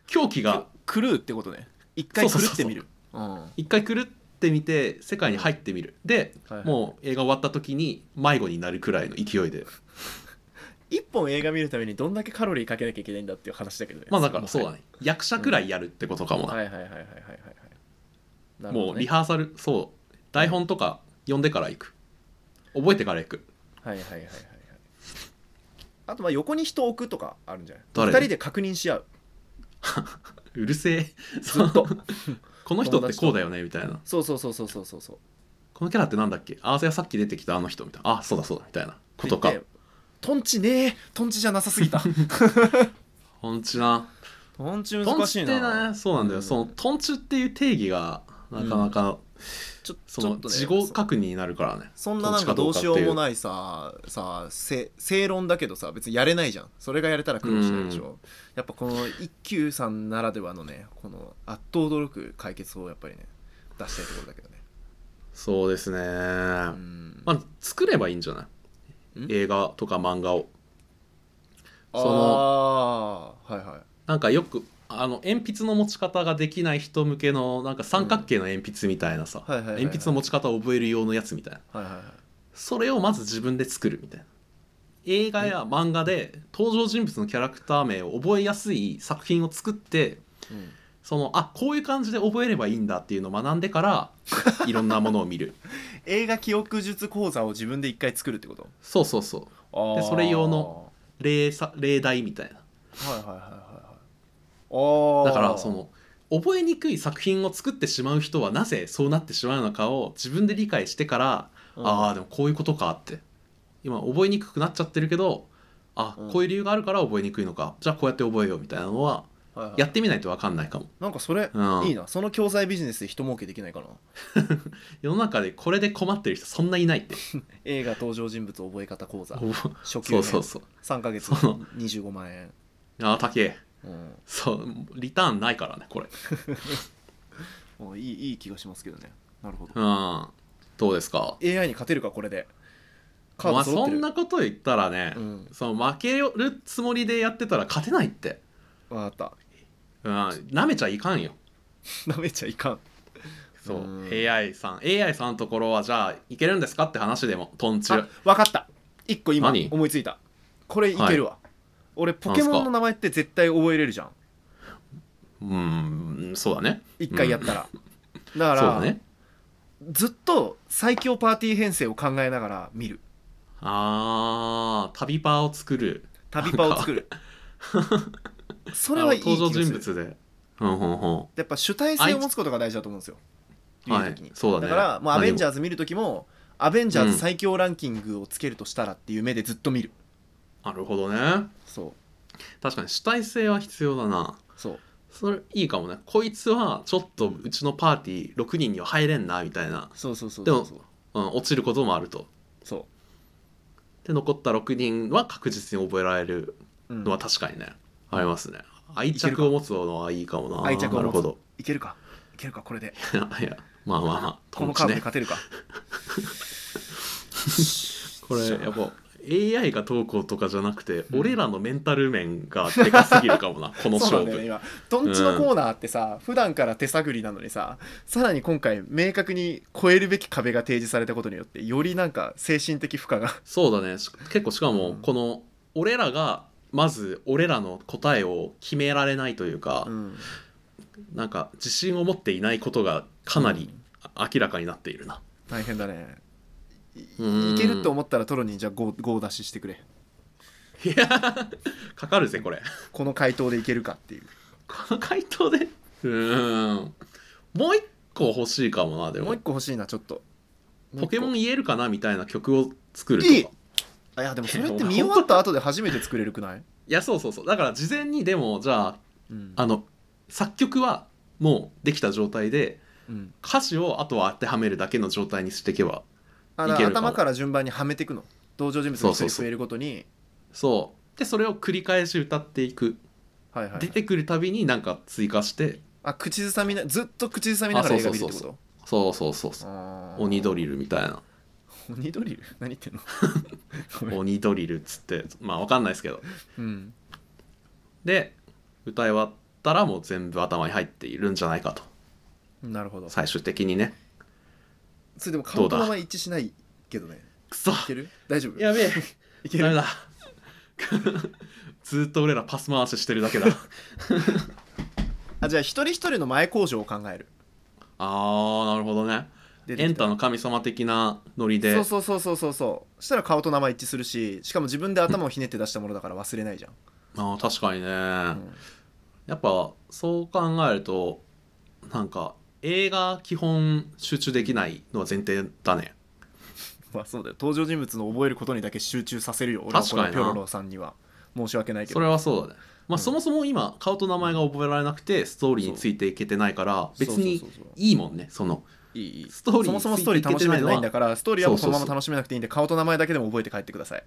A: 狂気が
B: 狂うってことね一回狂ってみるうん
A: 一回狂っってみて世界に入ってみるで、
B: はいはい
A: もう映画終わった時に迷子になるくらいの勢いで
B: 一本映画見るためにどんだけカロリーかけなきゃいけないんだっていう話だけどね
A: まあだからそうだ
B: ね
A: ね役者くらいやるってことかもな、
B: はいはいはいはいはいはいはいなるほ
A: も
B: ど
A: う
B: ね
A: リハーサルそう台本とか読んでから行く覚えてから行く
B: はいはいはいはいはいあとまあ横に人置くとかあるんじゃない
A: 誰
B: 二人で確認し合う
A: うるせえ
B: ずっと
A: この人ってこうだよねみたいな
B: そうそうそうそうそうそうそう
A: このキャラってなんだっけああそやさっき出てきたあの人みたいなあそうだそうだみたいなことか
B: でトンチねえトンチじゃなさすぎた
A: ほんちな
B: トンチ
A: トン
B: 難し
A: チ
B: い
A: っ
B: な
A: てねそうなんだよ、
B: うん
A: そのトンチっていう定義がなかなか、
B: ちょ
A: そ
B: ちょ
A: の
B: っとね
A: 自己確認になるからね
B: そんななんかどうしようもないささせ正論だけどさ別にやれないじゃんそれがやれたら苦労しないでしょ、
A: う
B: やっぱこの一休さんならではのねこのあっと驚く解決法をやっぱりね出したいところだけどね
A: そうですね、
B: うん
A: まあ作ればいいんじゃない
B: ん
A: 映画とか漫画を
B: あ
A: その
B: ーはいはい
A: なんかよくあの鉛筆の持ち方ができない人向けのなんか三角形の鉛筆みたいなさ、
B: はいはいはいはい
A: 鉛筆の持ち方を覚える用のやつみたいな
B: はいはいはい
A: それをまず自分で作るみたいな映画や漫画で登場人物のキャラクター名を覚えやすい作品を作って
B: うん
A: そのあこういう感じで覚えればいいんだっていうのを学んでから いろんなものを見る
B: 映画記憶術講座を自分で一回作るってこと
A: そうそうそう
B: あー
A: それ用の例さ例題みたいな
B: はいはいはいはいはいああ
A: だからその覚えにくい作品を作ってしまう人はなぜそうなってしまうのかを自分で理解してから、ああでもこういうことかって今覚えにくくなっちゃってるけどあ
B: うん
A: こういう理由があるから覚えにくいのかじゃあこうやって覚えようみたいなのは
B: あ、はいはい
A: やってみないと分かんないかも、
B: なんかそれ、
A: うん、
B: いいなその教材ビジネスで人儲けできないかな
A: 世の中でこれで困ってる人そんないないって
B: 映画登場人物覚え方講座
A: そ
B: 初級編
A: うそうそう
B: 3ヶ月
A: その
B: 25万円、
A: ああ高え
B: うん、
A: そうリターンないからねこれ
B: もういいいい気がしますけどねなるほど
A: うんどうですか
B: AI に勝てるかこれでカー
A: ま
B: ド
A: あ
B: 揃っ
A: そ
B: てる、
A: んなこと言ったらね、
B: うん、
A: その負けるつもりでやってたら勝てないって
B: 分かった
A: な、舐めちゃいかんよ
B: なめちゃいかん
A: そう、
B: うん
A: AI さん AI さんのところはじゃあいけるんですかって話でもトンチ
B: あ
A: ル
B: 分かった一個今
A: 何
B: 思いついたこれいけるわ、俺ポケモンの名前って絶対覚えれるじゃん
A: うーんそうだね
B: 一回やったら、だ
A: そう
B: から
A: だね
B: ずっと最強パーティー編成を考えながら見る
A: あー旅パーを作る
B: 旅パを作る それはいい
A: あ
B: 気
A: の
B: がす
A: 登
B: る
A: 場人物でうんうんうん
B: やっぱ主体性を持つことが大事だと思うんですよ。見
A: はい
B: る時に
A: そうだね
B: から、まあ、ア
A: 何も
B: ベンジャーズ見るときも、アベンジャーズ最強ランキングをつけるとしたらっていう目でずっと見る。
A: なるほどね
B: そ
A: 確かに主体性は必要だな
B: う、そう、
A: それいいかもねこいつはちょっとうちのパーティー6人には入れんなみたいな、
B: そうそうそう
A: で
B: そ
A: も
B: うそう。
A: うん、落ちることもあると
B: そ
A: で残った6人は確実に覚えられる
B: う、うん
A: のは確かにね、ありますね愛着を持つのはいいかもな
B: 愛着
A: な
B: を
A: る
B: 持
A: ほ
B: つ
A: ど。
B: いけるか、いけるか、これで、
A: いやいやまあまあまあ
B: こ
A: と
B: の
A: んち
B: カードで
A: ね
B: 勝てるか。
A: これやっぱ AI が投稿とかじゃなくて、俺らのメンタル面がでかすぎるかも なこの
B: そ
A: 勝
B: うなんだよ
A: 負、
B: ね、今、どんちのコーナーってさ、普段から手探りなのにさ、さらに今回、明確に超えるべき壁が提示されたことによって、よりなんか精神的負荷が。
A: そうだねし結構しか
B: う
A: も
B: ん
A: この俺らがまず俺らの答えを決められないというか、
B: うん
A: なんか自信を持っていないことがかなり明らかになっているな、
B: 大変だね
A: うん
B: いいけると思ったらトロニーじゃあ 5, 5出ししてくれ
A: いやかかるぜこれ
B: この回答でいけるかっていう
A: この回答で うーんもう一個欲しいかもなで
B: も
A: も
B: う一個欲しいなちょっと
A: ポケモン
B: もう一
A: 言えるかなみたいな曲を作るとか
B: いい個あいやでもそれって見終わった後で初めて作れるくない、
A: いやそうそうそうだから事前にでもじゃあ
B: うん
A: あの作曲はもうできた状態で
B: うん
A: 歌詞をあとは当てはめるだけの状態にしていけば
B: あ
A: い
B: だ
A: け
B: から
A: るかも
B: 頭から順番にはめていくの登場人物が一
A: そうそう
B: 人
A: そう
B: 増えるごとに
A: そうでそれを繰り返し歌っていく
B: はいはい
A: 出てくるたびになんか追加して
B: あ口ずさみなずっと口ずさみながら映画見るってこ
A: あそうそう
B: と
A: そうそうそうそう
B: あー
A: 鬼ドリルみたいな
B: 鬼ドリル何言ってんのごめん
A: 鬼ドリルっつってまあわかんないですけど
B: うん
A: で歌い終わったらもう全部頭に入っているんじゃないかと
B: なるほど
A: 最終的にね
B: それでも顔と名前一致しないけどね
A: くそ
B: いける大丈夫
A: やべえ
B: いけ
A: ダメ
B: る
A: だ ずっと俺らパス回ししてるだ けだ
B: あじゃあ一人一人の前工場を考える
A: あーなるほどね
B: 出て
A: エ
B: き
A: ン
B: た
A: タの神様的なノリで
B: そうそうそうそうそうそうしたら顔と名前一致するししかも自分で頭をひねって出したものだから忘れないじ
A: あー確かにね、
B: ゃん、うん
A: やっぱそう考えるとなんか映画基本集中できないのは前提だね
B: まあそうだよ登場人物の覚えることにだけ集中させるよ俺はこの
A: 確
B: ピ
A: かに
B: ョ
A: な
B: ロロさんには申し訳ないけ
A: そ
B: ど
A: れはそうだねまあ、
B: うん
A: そもそも今顔と名前が覚えられなくてストーリーについていけてないから別
B: そう
A: に
B: そうそうそう
A: いいもんねその
B: いいいい
A: ストーリー
B: そもそもストーリー楽しめてないんだからストーリーはもうそのま
A: そうそう
B: ま
A: そう
B: 楽しめなくていいんで顔と名前だけでも覚えて帰ってください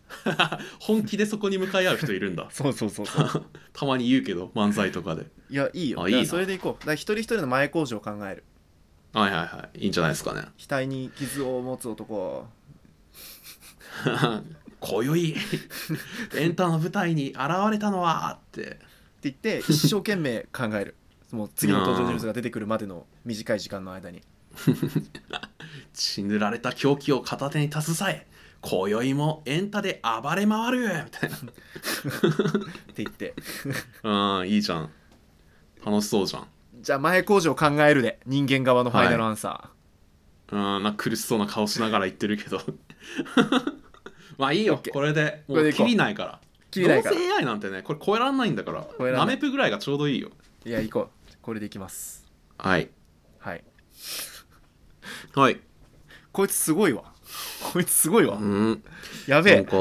A: 本気でそこに向かい合う人いるん だ
B: そうそうそうそう
A: たまに言うけど漫才とかで
B: いやいい
A: あ
B: よ
A: い
B: だか
A: い
B: ら
A: な
B: それでいこうだから一人一人の前工場を考える
A: はいはいはいいいんじゃないですかね
B: 額に傷を持つ男
A: 今 宵エンタの舞台に現れたのはって
B: って言って一生懸命考えるもう次の登場人物が出てくるまでの短い時間の間に
A: 血塗られた狂気を片手に携え今宵もエンタで暴れ回る みたい
B: って言って
A: なうんいいじゃん楽しそうじゃん
B: じゃあ前工場を考えるで人間側のファイナルアンサー、
A: うんなんか苦しそうな顔しながら言ってるけど まあいいよ
B: OK
A: これでも
B: これ
A: う
B: でいこ
A: 切
B: う
A: りないから
B: 切りないから
A: どうせ AI なんてねこれ超えられないんだから
B: 超えらんな
A: ないめぷぐらいがちょうどいいよ
B: いや行こうこれでいきます
A: はい
B: はい
A: はい
B: こいつすごいわ こいつすごいわ、
A: うん
B: やべ
A: な
B: え
A: んか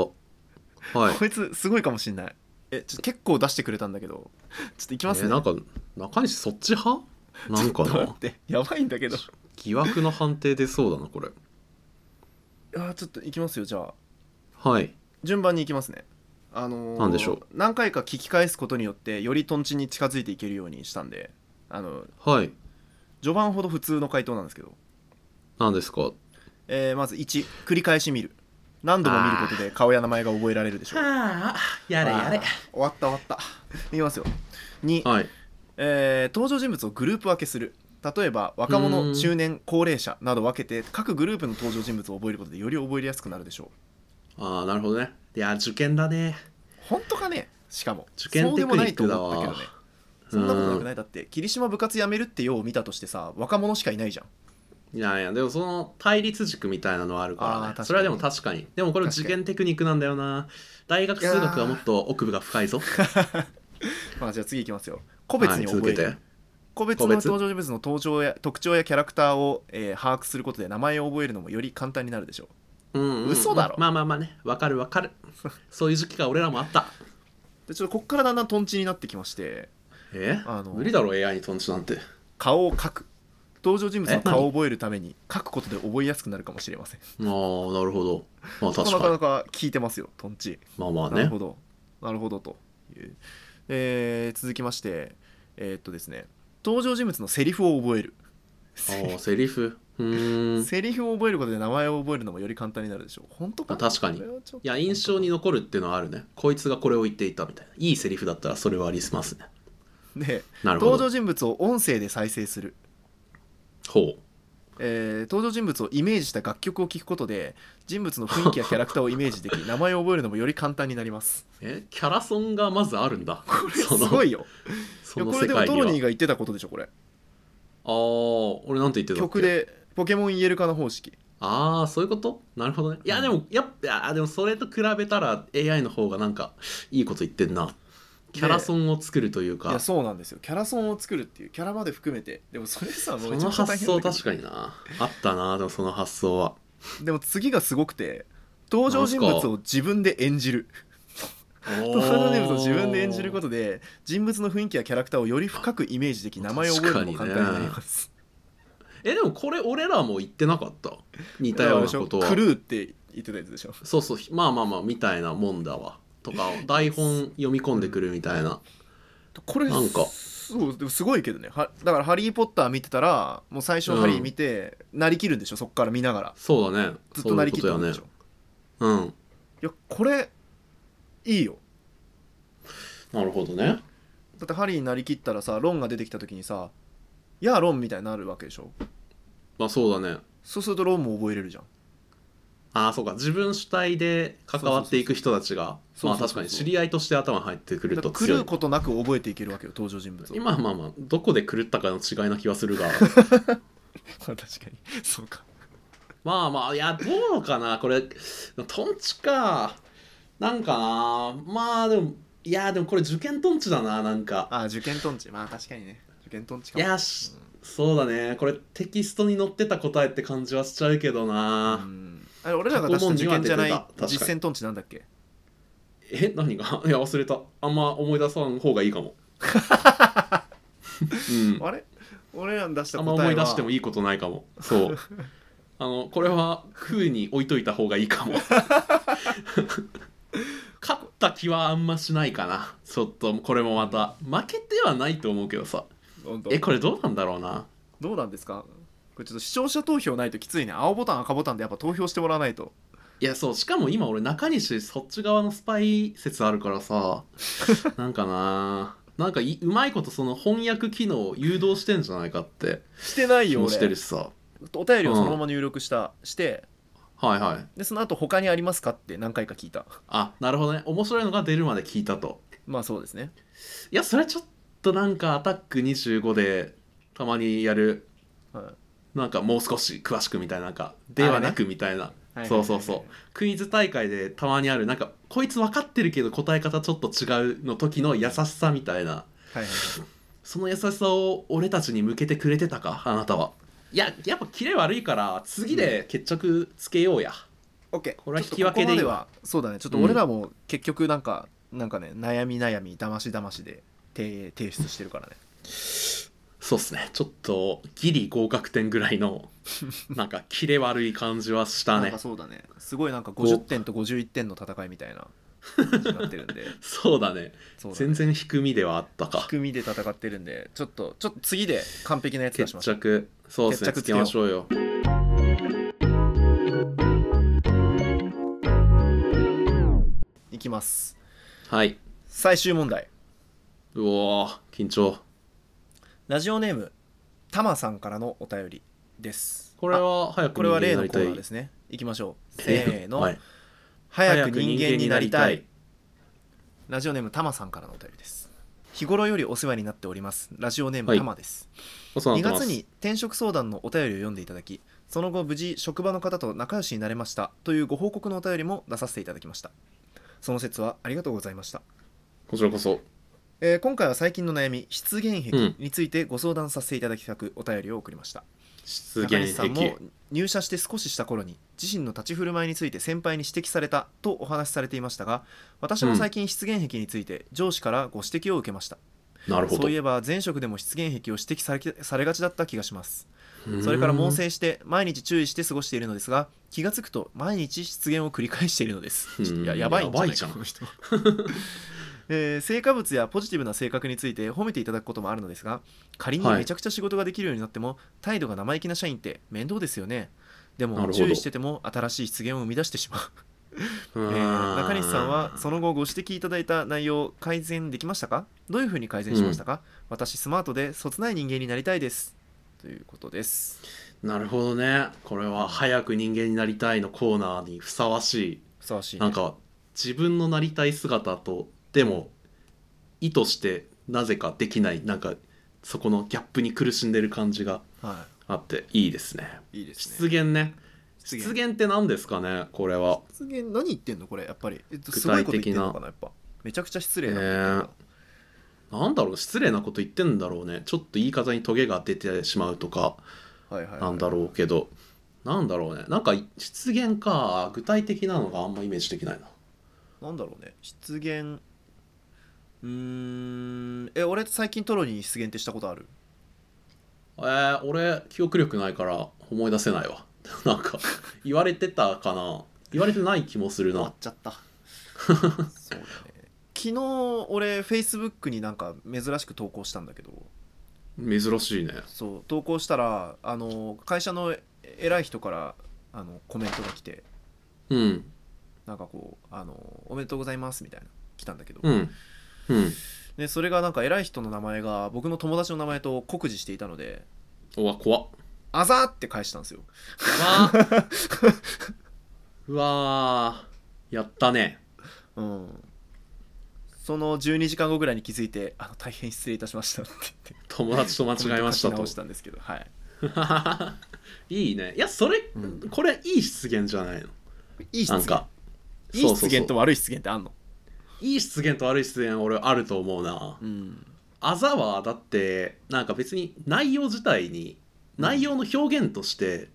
A: はい
B: こいつすごいかもしんないえちょっと結構出してくれたんだけどちょっといきます
A: え
B: ね
A: なんか中西そっち派なんか
B: ちょっと待
A: な
B: ってやばいんだけ ど
A: 疑惑の判定出そうだなこれ
B: あちょっといきますよじゃあ
A: はい
B: 順番にいきますねあのー
A: なんでしょう
B: 何回か聞き返すことによってよりトンチに近づいていけるようにしたんであの
A: はい
B: 序盤ほど普通の回答なんですけど、
A: 何ですか
B: えーまず1繰り返し見る何度も見ることで顔や名前が覚えられるでしょう
A: はあや
B: あー終わった終わったいきますよ2、
A: はい
B: えー登場人物をグループ分けする例えば若
A: うー
B: 者
A: ん
B: 中年高齢者など分けて各グループの登場人物を覚えることでより覚えやすくなるでしょう
A: ああなるほどねいや受験だね
B: 本当かねしかも
A: 受験テクニックだ
B: そうでもないと思った
A: わ
B: けどねそんなことなくないだって霧島部活辞めるってよう見たとしてさ若者しかいないじゃん
A: いやいやでもその対立軸みたいなのはある
B: あー
A: から
B: 確
A: ね
B: かに
A: それはでも確かにでもこれ
B: 確かに
A: 受験テクニックなんだよな大学数学はもっと奥が深いぞ
B: まあじゃあ次いきますよ個別に
A: はい、続
B: 覚え
A: け
B: る、
A: て
B: 個別の
A: 個別
B: 登場人物の登場や特徴やキャラクターを、えー把握することで名前を覚えるのもより簡単になるでしょう
A: うんうん、うん、
B: 嘘だろ
A: まあまあまあねわかるわか るそういう時期が俺らもあった
B: でちょっとこっからだんだんトンチになってきまして
A: え
B: あの
A: 無理だろ AI にとんちなんて
B: 顔を描く登場人物の
A: え何
B: 顔を覚えるために書くことで覚えやすくなるかもしれません
A: ああなるほどまあ確
B: な
A: か
B: か
A: に
B: なか聞いてますよトンチ
A: まあまあ
B: なる
A: ね
B: ほど、なるほどという、えー続きましてえーっとですね登場人物のセリフを覚える
A: ああセリフうーん
B: セリフを覚えることで名前を覚えるのもより簡単になるでしょう本当か
A: あ確かに
B: これはちょっ
A: い
B: と
A: や印象に残るっていうのはあるねこいつがこれを言っていたみたいないいセリフだったらそれはありますね
B: で
A: なるほ
B: 登
A: ど
B: 場人物を音声で再生する、
A: ほう
B: えー登場人物をイメージした楽曲を聴くことで人物の雰囲気 やキャラクターをイメージでき名前を覚えるのもより簡単になります
A: えキャラソンがまずあるんだ
B: これす
A: その
B: ごいよい
A: そ
B: や
A: の
B: これ
A: 世
B: でも
A: 界
B: ト
A: に
B: ロ
A: は
B: ニーが言ってたことでしょこれ
A: ああ俺なんて言ってたっけ
B: 曲でポケモン言えるかな方式
A: ああそういうことなるほどねいやでも、やっぱあーでもそれと比べたら AI の方がなんかいいこと言ってんなキャラソンを作るという
B: い
A: か
B: やそうなんですよキャラソンを作るっていうキャラまで含めてでもそれさも
A: そう
B: めちゃ
A: の
B: くちゃ大
A: 発想
B: 変だけど
A: 確かになあったなでもその発想 は
B: でも次がすごくて登場人物を自分で演じる登場人物を自分で演じることで人物の雰囲気やキャラクターをより深くイメージでき名前を覚えるのも簡単になります、
A: えでもこれ俺らも言ってなかった似た
B: だか
A: よ
B: ら
A: うな
B: あれでしょ
A: ことは
B: クルーって言ってたやつでしょ
A: そうそうまあまあまあみたいなもんだわとか台本読み込んでくるみたいな
B: これ
A: なんか
B: そうでもすごいけどねはだから「ハリー・ポッター」見てたらもう最初
A: うん
B: ハリー見て、なりきるんでしょそっから見ながら
A: そうだね
B: ずっとなりきって
A: そうい
B: る
A: うんこと
B: でし
A: や
B: ょ
A: ねうん
B: いやこれいいよ
A: なるほどね
B: だってハリーになりきったらさロンが出てきた時にさ「やあロン」みたいになるわけでしょ
A: まあそうだね
B: そうするとローンも覚えれるじゃん
A: ああそうか自分主体で関わっていく人たちが
B: そう
A: ま
B: そうそう
A: あ確
B: そう
A: かに知り合いとして頭に入ってくる
B: だ
A: と
B: から狂
A: 強
B: う
A: い
B: ことなく覚えていけるわけよ登場人物を
A: 今はまあまあどこで狂ったかの違いな気はするが
B: 確かにそうか
A: まあまあいやどうかなこれトンチかなんかなまあでもいやでもこれ受験トンチだななんか
B: ああ受験トンチまあ確かにね受験トンチか
A: い
B: も
A: やしそうだねこれテキストに載ってた答えって感じはしちゃうけど
B: う
A: な、
B: んあれ俺らが出した受験じゃな
A: 過去問に
B: い
A: は出てた確かに
B: 実践トンチなんだっけ
A: え何が いや忘れたあんま思い出さん方がいいか も、うん、
B: あれ俺らの出した
A: あん
B: 答え
A: ま
B: は
A: 思い出しても
B: い
A: いいことないかもそう あのこれは空に置いといた方がいいかも 勝った気はあんましないかなちょっとこれもまた負けてはないと思うけどさえこれどうなんだろうな
B: どうなんですかこれちょっと視聴者投票ないときついね青ボタン赤ボタンでやっぱ投票してもらわないと
A: いやそうしかも今俺中西そっち側のスパイ説あるから さなんかななんかいうまいことその翻訳機能を誘導してんじゃないかって
B: してない
A: 気
B: よ
A: もしてる
B: 俺
A: しさ
B: お便りをそのまま入力した、して
A: はいはい
B: でその後他にありますかって何回か聞いた
A: あなるほどね面白いのが出るまで聞いたと
B: まあそうですね
A: いやそれはちょっとなんか「アタック25」でたまにやる
B: は
A: なんかもう少し詳しくみたいななんかではなくみたいな、
B: い
A: そうそうそうクイズ大会でたまにあるなんかこいつ分かってるけど答え方ちょっと違うの時の優しさみたいな
B: はいはい
A: その優しさを俺たちに向けてくれてたかあなたはいややっぱキレ悪いから次で決着つけようや、
B: オッケー
A: これは引き分けでいいわ
B: ちょっとここまはそうだねちょっと俺らも結局なんか、なんかね悩み悩みだましだましで提提出してるからね
A: そうっすねちょっとギリ合格点ぐらいのなんかキレ悪い感じは した
B: なん
A: ね
B: かそうだねすごいなんか50点と51点の戦いみたいな感じになってるん で
A: そうだね
B: そうだね
A: 全然低みではあったか
B: 低みで戦ってるんでちょっとちょっと次で完璧なやつ出し
A: 決
B: ましょう
A: 着そうですね
B: 決着
A: つ
B: つけ
A: け
B: よう
A: ましょうよ
B: いきます
A: はい
B: 最終問題
A: うおー緊張
B: ラジオネームたまさんからのお便りです
A: これ
B: あ
A: は早く
B: これは例
A: 人間
B: の
A: に
B: コ
A: なりた
B: ーナ
A: い
B: ーですねいきましょうせ
A: え
B: ーの、
A: はい
B: 早く人間になりた
A: 早
B: い
A: く人間に
B: ラジオネームたまさんからのお便りです日頃よりお世話になっておりますラジオネーム
A: はい
B: たまです、
A: お世話
B: 2
A: になってます
B: 月に転職相談のお便りを読んでいただきその後無事職場の方と仲良しになれましたというご報告のお便りも出させていただきましたその説はありがとうございました、
A: こちらこそ
B: えー今回は最近の悩み失言
A: うん
B: 癖についてご相談させていただきたくお便りを送りました、
A: 出
B: 中
A: 現
B: 西さん
A: 壁
B: も入社して少しした頃に自身の立ち振る舞いについて先輩に指摘されたとお話しされていましたが私も最近失言癖について上司からご指摘を受けました、
A: なるほど
B: そういえば前職でも失言癖を指摘されけされがちだった気がします
A: うーん
B: それから猛省して毎日注意して過ごしているのですが気がつくと毎日失言を繰り返しているのです
A: うん
B: ちょっとややばいんじ
A: や
B: ゃ
A: ば
B: ない
A: い
B: か
A: じゃん
B: この人 えー成果物やポジティブな性格について褒めていただくこともあるのですが仮に
A: はい
B: めちゃくちゃ仕事ができるようになっても、態度が生意気な社員って面倒ですよねで
A: なる
B: も
A: ほど
B: 注意してても新しい失言を生み出してしまう、
A: う
B: え
A: ーん
B: ー中西さんはその後ご指摘いただいた内容を改善できましたかどういうふうに改善しましたか、私スマートでそつない人間になりたいですということです
A: なるほどねこれは「早く人間になりたい」のコーナーにふさわし
B: ふさわしい、
A: い
B: ね、
A: なんか自分のなりたい姿とでも意図してなぜかできないなんかそこのギャップに苦しんでる感じが
B: は
A: あっていいですね
B: い。いいで
A: 失。言ね
B: 失
A: 失
B: 言
A: 言って何ですかねこれは
B: 失言何言ってんのこれやっぱり。えっと、
A: 具体的な
B: すごいこと言ってんのかなやっぱ。めちゃくちゃ失礼なこと言ってんのか
A: なんだろう失礼なこと言ってんだろうねちょっと言い方にトゲが出てしまうとか
B: な。はいはいはい。
A: なんだろうけどなんだろうねなんか失言か具体的なのがあんまイメージできないな
B: なんだろうね。失言。うーん。え、俺最近トロに失言ってしたことある
A: えー、俺記憶力ないから思い出せないわ なんか言われてたかな言われてない気もする
B: 終わ
A: な
B: っち ゃった。そうだね。昨日俺 Facebook になんか珍しく投稿したんだけど
A: 珍しいね
B: そう投稿したらあの会社の偉い人からあのコメントが来て
A: うん
B: なんかこうあの「おめでとうございます」みたいな来たんだけど、
A: うんうん
B: でそれがなんか偉い人の名前が僕の友達の名前と酷似していたので
A: うわ怖っ
B: あざーって返したんですよ
A: わあ うわーやったね
B: うんその12時間後ぐらいに気づいてあの大変失礼いたしましたって言って
A: 友達と間違えました
B: コメン
A: と
B: ト書き直したんですけどはい
A: いいねいやそれ、
B: うん
A: これいい失言じゃないの
B: いい
A: なん
B: 失言
A: か
B: いい
A: そ
B: 失
A: うそう
B: 言
A: そ
B: と悪い失言ってあんの
A: ういい失言と悪い失言俺あると思うな
B: うん
A: あざはだってなんか別に内容自体に内容の表現として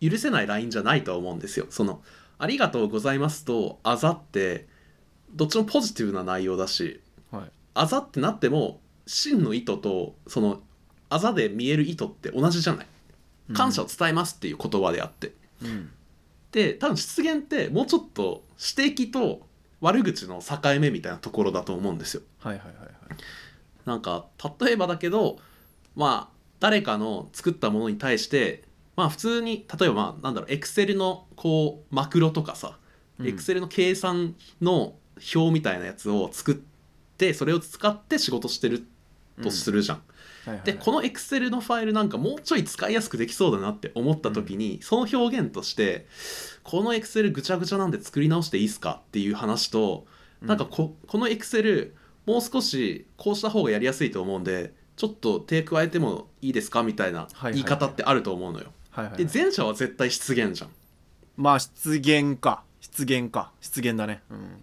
A: 許せないラインじゃないとは思うんですよその「ありがとうございます」と「あざ」ってどっちもポジティブな内容だし
B: はい
A: あざってなっても真の意図とそのあざで見える意図って同じじゃない感謝を伝えますっていう言葉であって、
B: うん
A: で多分失言ってもうちょっと指摘と悪口の境目みたいなところだと思うんですよ
B: はいはいはいはい
A: なんか例えばだけどまあ誰かの作ったものに対してまあ普通に例えばまあなんだろうエクセルのこうマクロとかさ
B: うん
A: エクセルの計算の表みたいなやつを作ってそれを使って仕事してるとするじゃん。
B: はいはいはい
A: でこの Excel のファイルなんかもうちょい使いやすくできそうだなって思った時に、その表現としてこの Excel ぐちゃぐちゃなんで作り直していいですかっていう話となんかここの Excel もう少しこうした方がやりやすいと思うんでちょっと手加えてもいいですかみたいな
B: はいはいはい
A: 言い方ってあると思うのよ。
B: はいはいはい
A: で前者は絶対失言じゃん。
B: まあ失言か失言か失言だねうん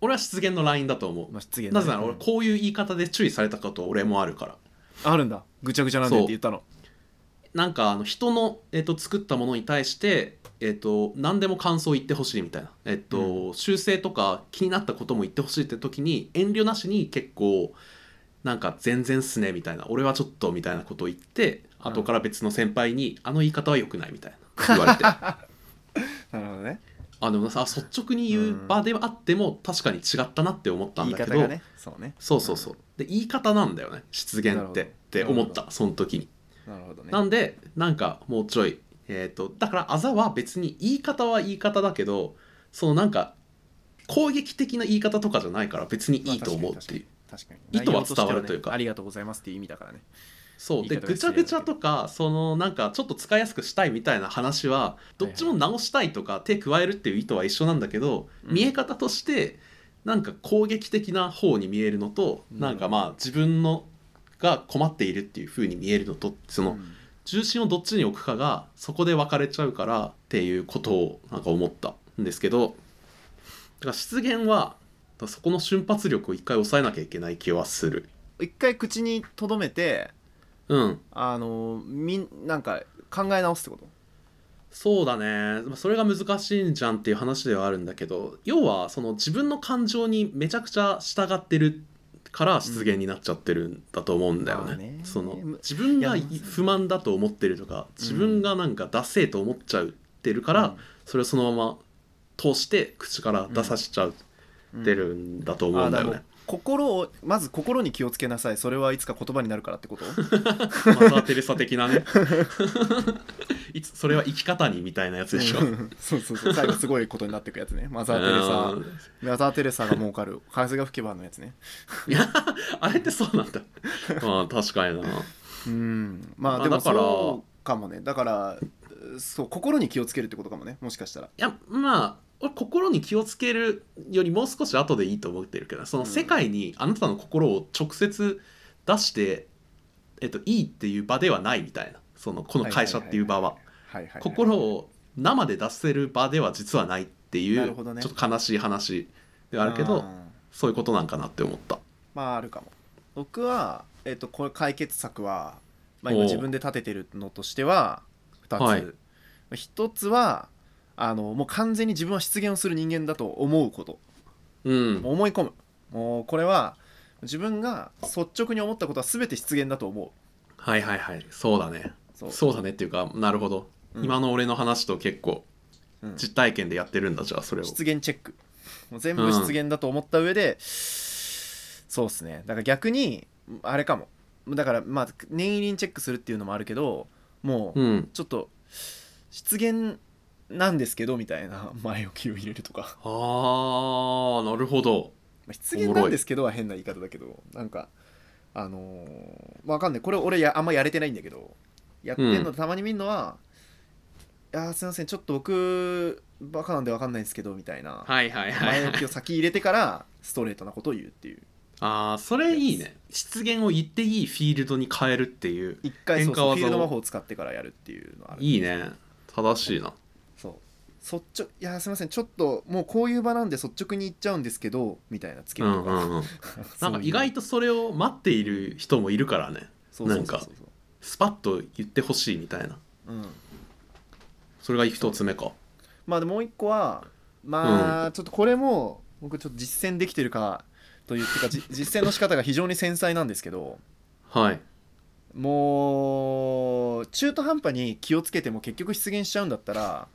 A: 俺は失言のラインだと思う。
B: まあ失言だ
A: な
B: ね
A: ぜなら俺
B: うん
A: こういう言い方で注意されたことは俺もあるから。
B: あるんだぐちゃぐちゃなんでっ
A: そう
B: て言ったの
A: なんかあの人の、えっと作ったものに対して、えっと何でも感想を言ってほしいみたいな、えっと修正とか気になったことも言ってほしいって時に遠慮なしに結構なんか全然っすねみたいな俺はちょっとみたいなことを言って
B: うん
A: 後から別の先輩に「あの言い方は良くない」みたいな言われ てあ
B: なるほどね
A: でもさ率直に言う場ではあっても確かに違ったなって思った
B: 言
A: ん
B: い
A: だけ
B: 方
A: ど
B: がねそうね
A: そうそうそうで言い方なんだよね失言ってって思っ
B: なるほ
A: たその時に。
B: なるほどね
A: なんでなんかもうちょいえっ、とだからあざは別に言い方は言い方だけどそのなんか攻撃的な言い方とかじゃないから別にいいと思うっていう、
B: 確かに
A: 意図は伝わるというか
B: 内容してはねありがとうございますっていう意味だからね
A: そうで
B: 言い方が
A: ぐちゃぐちゃとかそのなんかちょっと使いやすくしたいみたいな話はどっちも直したいとか手加えるっていう意図は一緒なんだけど、
B: うん
A: 見え方としてなんか攻撃的な方に見えるのと、
B: うん
A: なんかまあ自分のが困っているっていう風に見えるのとその、
B: うん
A: 重心をどっちに置くかがそこで分かれちゃうからっていうことをなんか思ったんですけどだから失言はだからそこの瞬発力を一回抑えなきゃいけない気はする
B: 一回口に留めて
A: うん
B: あのみんなんか考え直すってこと
A: そうだねまあそれが難しいんじゃんっていう話ではあるんだけど要はその自分の感情にめちゃくちゃ従ってるから失言になっちゃってるんだと思うんだよ
B: まあ
A: ね,、
B: ね
A: その自分が
B: いやまあ
A: 不満だと思ってるとか自分がなんかダセえと思っちゃうってるか、
B: から
A: それをそのまま通して口から出させちゃってるんだと思うんだよね。
B: 心をまず心に気をつけなさいそれはいつか言葉になるからってこと
A: マザー・テレサ的な ねいつそれは生き方にみたいなやつでしょ。
B: うん そうそうそう最後すごいことになってくやつねマザー・
A: う
B: テ
A: ん
B: レサマザー・テレサが儲かる風が吹けばのやつね
A: あれってそうなんだ。まあ確かにな。
B: うんま
A: ま
B: あ
A: あ
B: でも
A: だから
B: そうかもねだからそう心に気をつけるってことかもねもしかしたら
A: いやまあ俺心に気をつけるよりもう少し後でいいと思ってるけどその世界にあなたの心を直接出して、えっと、いいっていう場ではないみたいなそのこの会社っていう場は。
B: はいはいはい
A: 心を生で出せる場では実はないってい
B: な
A: う、
B: るほどね
A: ちょっと悲しい話ではあるけど
B: うん
A: そういうことなんかなって思った
B: まああるかも僕は、えっとこれ解決策は、まあ、今
A: おう
B: 自分で立ててるのとしては
A: は
B: 2
A: い
B: つ、一1つはあのもう完全に自分は失言をする人間だと思うこと
A: うん
B: 思い込むもうこれは自分が率直に思ったことは全て失言だと思う
A: はいはいはいそうだね
B: そう
A: そうだねっていうかなるほど、
B: うん
A: 今の俺の話と結構
B: うん
A: 実体験でやってるんだじゃあそれを
B: 失言チェックもう全部失言だと思った上で、そうっすねだから逆にあれかもだからまあ念入りにチェックするっていうのもあるけどもう
A: うん
B: ちょっと失言なんですけどみたいな 前置きを入れるとか
A: あーなるほど
B: まあ失言なんですけどは変な言い方だけどなんかあのー、わかんないこれ俺やあんまやれてないんだけどやってんのたまに見るのは「いやーすいませんちょっと僕バカなんで分かんないんですけど」みたいな
A: はいはいはい
B: 前
A: はい
B: 置きを先入れてからストレートなことを言うっていう
A: ああそれいいね失言を言っていいフィールドに変えるっていう
B: 一回そ
A: 変
B: う
A: 化
B: そう
A: 技を
B: フィールド魔法を使ってからやるっていうのある
A: いいね正しいな
B: そうそっちょいやーすいませんちょっともうこういう場なんで率直に言っちゃうんですけどみたいなつけ
A: う
B: ると
A: ん
B: か、
A: うんうんなんか意外と
B: と
A: それを待っている人もいるからね
B: そうそう
A: なん
B: そう
A: か
B: そうそう
A: スパッと言ってほしいみたいな
B: うん、
A: それが一つ目か
B: まあでもう一個はまあ、ちょっとこれも僕ちょっと実践できてるかという かじ実践の仕方が非常に繊細なんですけど
A: はい
B: もう中途半端に気をつけても結局出現しちゃうんだったら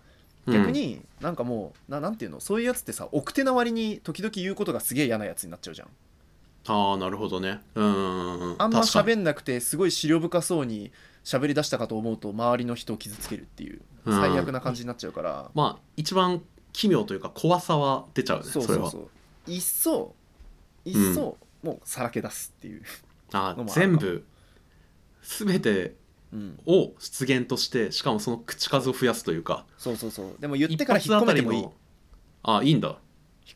A: うん
B: 逆になんかもう、ななんていうのそういうやつってさ奥手な割に時々言うことがすげえ嫌なやつになっちゃうじゃん
A: ああなるほどねうんうんうん
B: あんま
A: 確かに
B: 喋んなくてすごい資料深そうに喋り出したかと思うと周りの人を傷つけるっていう
A: うん
B: 最悪な感じになっちゃうから、
A: まあ一番奇妙というか怖さは出ちゃうね
B: そう
A: そ
B: そ
A: れ
B: う
A: は
B: そういっそいっそ、もうさらけ出すっていう、
A: あ
B: のもあるか
A: 全部全て
B: うん、
A: を出現としてしかもその口数を増やすというか
B: そうそうそうでも言ってから引っ込めてもいい
A: 一
B: 引っ
A: 発あたりのあいいんだ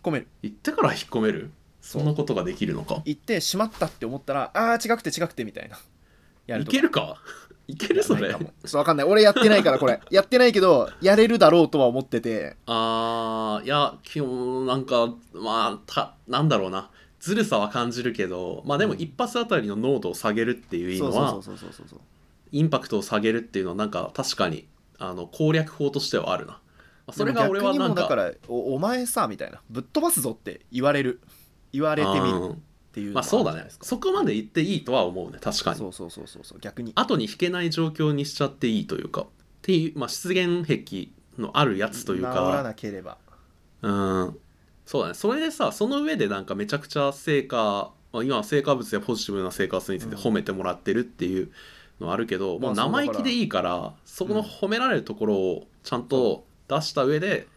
B: 込める
A: 言ってから引っ込めるそんなことができるのか
B: 言ってしまったって思ったらあー違くて違くてみたいなや
A: い
B: ると
A: けるかいけるそれ
B: かもちょっとわかんない俺やってないからこれやってないけどやれるだろうとは思ってて
A: あーいや基本なんかまあたなんだろうなずるさは感じるけどまあでも
B: うん
A: 一発あたりの濃度を下げるっていう
B: そ
A: の
B: うそ
A: は
B: うそうそうそうそう
A: インパクトを下げるっていうのはなんか確かにあの攻略法としてはあるなまあそれが俺は
B: で
A: な
B: も逆にも
A: ん
B: うだか
A: から
B: おお前さみたいなぶっ飛ばすぞって言われる言われてみる
A: うん
B: っていうのも
A: まあそうだ
B: るじゃない
A: ね
B: ですか
A: そこまで言っていいとは思うね確かに
B: そうそうそうそうそう逆に
A: 後に引けない状況にしちゃっていいというかっていう、まあ、出現癖のあるやつという
B: 治ら
A: か
B: なければ
A: うんそうだねそれでさその上でなんかめちゃくちゃ成果、まあ、今は成果物やポジティブな生活について
B: うん
A: 褒めてもらってるっていうのはあるけど、
B: まあ
A: もう
B: そう
A: 生
B: だ
A: 意
B: から
A: 気でいいからそこ
B: う
A: の
B: ん
A: 褒められるところをちゃんと出した上で、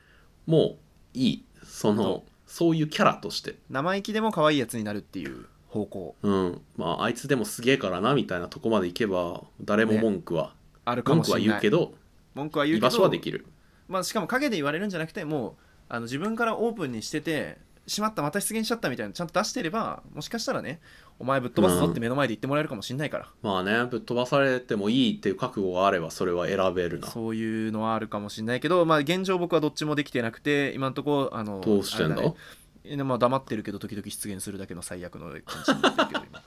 A: もういいその
B: そ
A: そういうキャラとして、
B: 生意気でも可愛いやつになるっていう方向
A: うんまあ、あいつでもすげえからなみたいなとこまでいけば誰も
B: ね
A: 文句は、
B: あるか
A: 文
B: もし
A: 句
B: れ
A: は
B: ない
A: 言うけど
B: 文句は言う
A: 居
B: けど
A: 場所はできる
B: まあ、しかも陰で言われるんじゃなくてもうあの自分からオープンにしててしまったまた出現しちゃったみたいなのちゃんと出してればもしかしたらねお前ぶっ飛ばすぞって目の前で言ってもらえるかもしれないから、
A: まあねぶっ飛ばされてもいいっていう覚悟があればそれは選べるな
B: そういうのはあるかもしれないけど、まあ、現状僕はどっちもできてなくて今のところあの
A: どうしてん
B: あ
A: だ
B: れねでまあ、黙ってるけど時々出現するだけの最悪の感じになってるけど今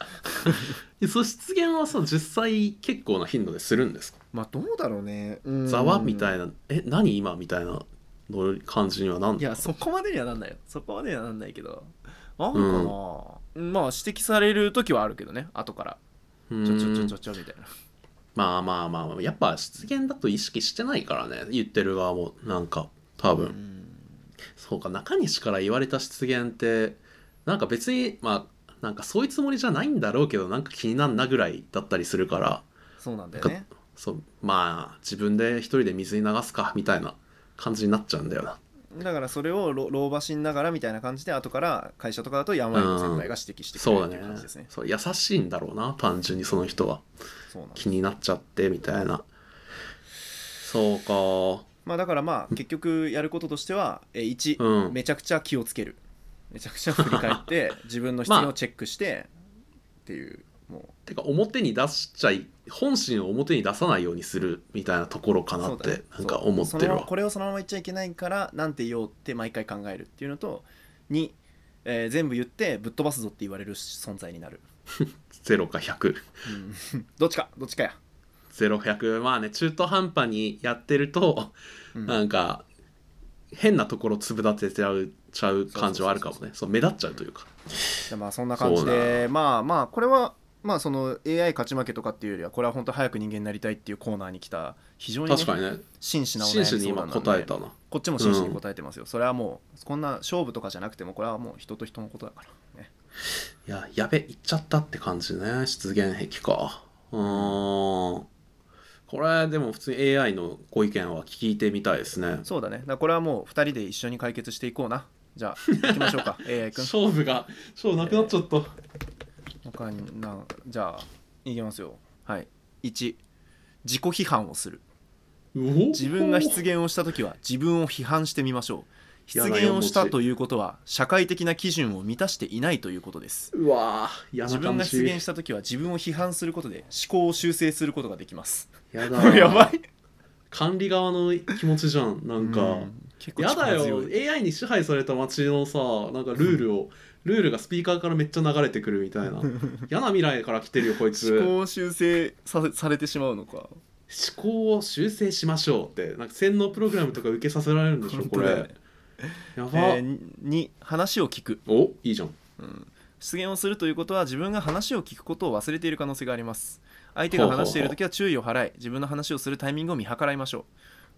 A: でその出現はさ実際結構な頻度でするんですか
B: まあどうだろうね
A: ざわみた
B: ない
A: なえ何今みたいなの感じにはなん
B: い
A: だ
B: やそこまでにはなんないよそこまでにはなんないけどなんかな、まあ指摘される時はあるけどね後から
A: う
B: ちょちょち
A: ー
B: ょ
A: ん
B: ちょちょみたいな
A: まあまあまあまあやっぱ出現だと意識してないからね言ってる側もなんか多分、
B: うん
A: そうか中西から言われた出現ってなんか別にまあなんかそういうつもりじゃないんだろうけどなんか気になんなぐらいだったりするから
B: そうなんだよね
A: そうまあ自分で一人で水に流すかみたいな感じになっちゃうんだよな
B: だからそれを老老婆しながらみたいな感じで後から会社とかだと山井の先輩が指摘してくれ
A: そうだ
B: るって
A: ね
B: いう感じですね,、
A: そう優しいんだろうな単純にその人は
B: そうなんです
A: 気になっちゃってみたいなそうか
B: まあだからまあ結局やることとしてはえ1、
A: うん
B: めちゃくちゃ気をつけるめちゃくちゃ振り返って 自分の質問をチェックして、っていうもう
A: てか表に出しちゃい本心を表に出さないようにするみたいなところかなって、
B: そうだね
A: なんか思っ
B: そ
A: てる
B: うその
A: わ
B: これをそのまま言っちゃいけないからなんて言おうって毎回考えるっていうのと2、えー全部言ってぶっ飛ばすぞって言われる存在になる、
A: 0か100
B: うん どっちかどっちかや、
A: 0100まあね中途半端にやってると、
B: うん
A: なんか変なところ粒立てちゃうちゃう感じはあるかもねそう目立っちゃうというか
B: でまあそんな感じ
A: そう
B: でまあまあこれはまあその AI 勝ち負けとかっていうよりはこれは本当早く人間になりたいっていうコーナーに来た非常に,、
A: 確かにね
B: 真摯なお
A: 真
B: 悩
A: 摯
B: み
A: に今
B: 相談なんで
A: 答えたな
B: こっちも真摯に答えてますよ、それはもうこんな勝負とかじゃなくてもこれはもう人と人のことだからね
A: いや、やべ、行っちゃったって感じね。出現癖か。うーん。これ、でも普通に AI のご意見は聞いてみたいですね。
B: そうだねだからこれはもう2人で一緒に解決していこうなじゃあ行きましょ うか AI 君
A: 勝負が、勝負なくなっちゃった。
B: 他になじゃあいきますよはい1自己批判をする自
A: 自
B: 分が失言をした時は自分を批判してみましょう
A: 嫌
B: 失
A: な
B: 言をした
A: 四文字
B: ということは社会的な基準を満たしていないということです
A: うわーやな
B: 自分
A: 感
B: が
A: じ
B: 失言した時は自分を批判することで思考を修正することができます
A: やだ
B: やばい
A: 管理側の気持ちじゃんなんか、
B: うん結構
A: やだ
B: 力強
A: よ
B: い
A: AI に支配された街のさなんかルールをルールがスピーカーからめっちゃ流れてくるみ たいな嫌な未来から来てるよこいつ
B: 思考を修正させされてしまうのか
A: 思考を修正しましょうってなんか洗脳プログラムとか受けさせられるんでしょ
B: 本
A: こ
B: 当
A: れ
B: だ
A: や
B: よ
A: ば
B: ね、え2話を聞く
A: おいいじゃん
B: 失言をするということは自分が話を聞くことを忘れている可能性があります相手が話している時は注意を払い自分の話をするタイミングを見計らいましょう、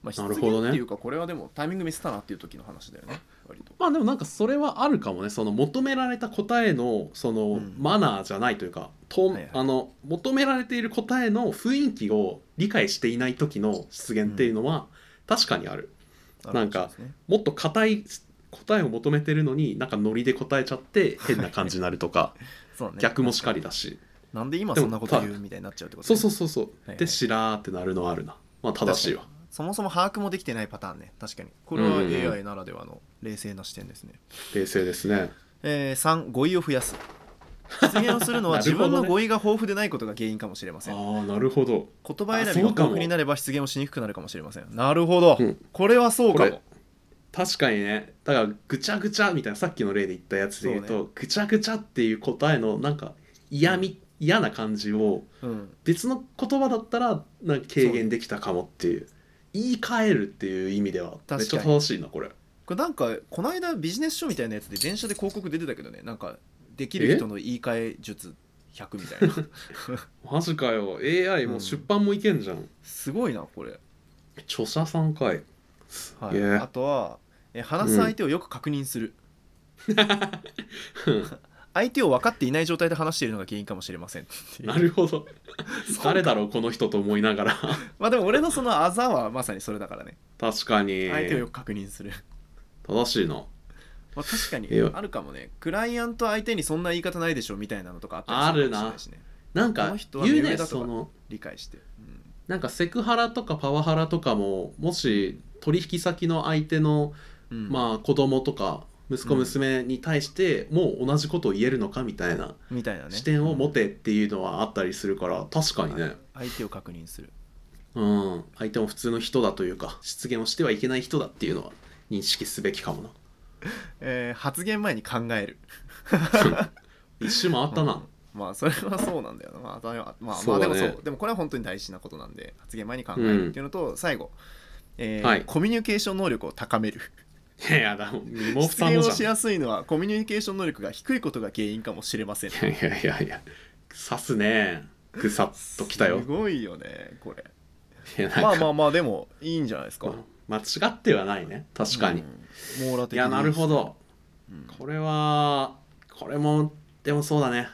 B: まあ、失
A: な
B: 言
A: るほどね
B: っていうかこれはでもタイミングミスったなっていう時の話だよね割と
A: まあでもなんかそれはあるかもねその求められた答えのその、
B: ん
A: マナーじゃないというかと、
B: はいはい
A: あの求められている答えの雰囲気を理解していない時の出現っていうのは、確かにあるなんか
B: そうですね
A: もっと硬い答えを求めてるのになんかノリで答えちゃって変な感じになるとか
B: そう だね
A: 逆もしかりだし
B: なんで今そんなこと言うみたいになっちゃうってこと、
A: そうそう
B: う
A: そうそう、
B: いはい
A: でしらーってなるのはあるなまあ正しいわ
B: そもそも把握もできてないパターンね確かにこれは
A: うんうんうん
B: AI ならではの冷静な視点ですね、
A: 冷静ですね
B: えー、3語彙を増やす失言をするの は
A: なる
B: 自
A: ほどね
B: 分の語彙が豊富でないことが原因かもしれません
A: ああなるほど
B: 言葉選び
A: あ
B: が
A: そうか
B: 豊
A: も
B: 富になれば失言をしにくくなるかもしれませんなるほど、
A: うん
B: これはそうか
A: これ
B: も
A: 確かにねだからぐちゃぐちゃみたいなさっきの例で言ったやつで言うと
B: そ
A: ぐちゃぐちゃっていう答えのなんか嫌み嫌な感じを
B: うん
A: 別の言葉だったらなんか軽減できたかもっていう言い換えるっていう意味ではめっ
B: 確
A: ち
B: か
A: ゃ
B: に
A: 正しいなこれ
B: これなんかこの間ビジネス書みたいなやつで電車で広告出てたけどねなんかできる人の言い換え術100み たいな
A: マジかよ AI もう出版もいけんじゃん、
B: すごいなこれ、
A: 著者さんかい
B: は
A: え
B: い、
A: ー
B: あとはえ話す相手をよく確認する、 相手を分かっていない状態で話しているのが原因かもしれませんっていう
A: なる ほど誰だろうこの人と思いながら
B: まあでも俺のそのあざはまさにそれだからね
A: 確かに
B: 相手をよく確認する
A: 正しいな
B: まあ、確かに
A: えー
B: あるかもねクライアント相手にそんな言い方ないでしょみたいなのとかあ
A: あ
B: ったり
A: る
B: するか
A: な
B: もしれないしね
A: なん
B: こ
A: か
B: の人は
A: 言う
B: 目
A: ね
B: 上だとか
A: その
B: 理解して、うん
A: なんかセクハラとかパワハラとかももし取引先の相手の、
B: うん
A: まあ子供とか息子娘に対してもう同じことを言えるのかみたいな
B: みたいなね
A: 視点を持てっていうのはあったりするから確かにね、
B: 相手を確認する
A: うん、相手も普通の人だというか失言をしてはいけない人だっていうのは認識すべきかもな
B: えー発言前に考える
A: 一周回ったな、
B: まあそれはそうなんだよなまあだよまあ、ま
A: そ
B: あ
A: う
B: で
A: だ
B: も
A: ね
B: そうでもこれは本当に大事なことなんで発言前に考えるっていうのと、最後、えー
A: はい
B: コミュニケーション能力を高める
A: いやだもう身も
B: 失
A: 蓋も
B: 言を
A: じ
B: し
A: ゃん
B: やすいのはコミュニケーション能力が低いことが原因かもしれません
A: いやいやいやいや刺すねぐさっときたよ
B: すごいよねこれ
A: いやなんか
B: まあまあまあでもいいんじゃないですか
A: 間違ってはないね確かに、
B: うん網羅的
A: いやなるほど、
B: うん
A: これはこれもでもそうだね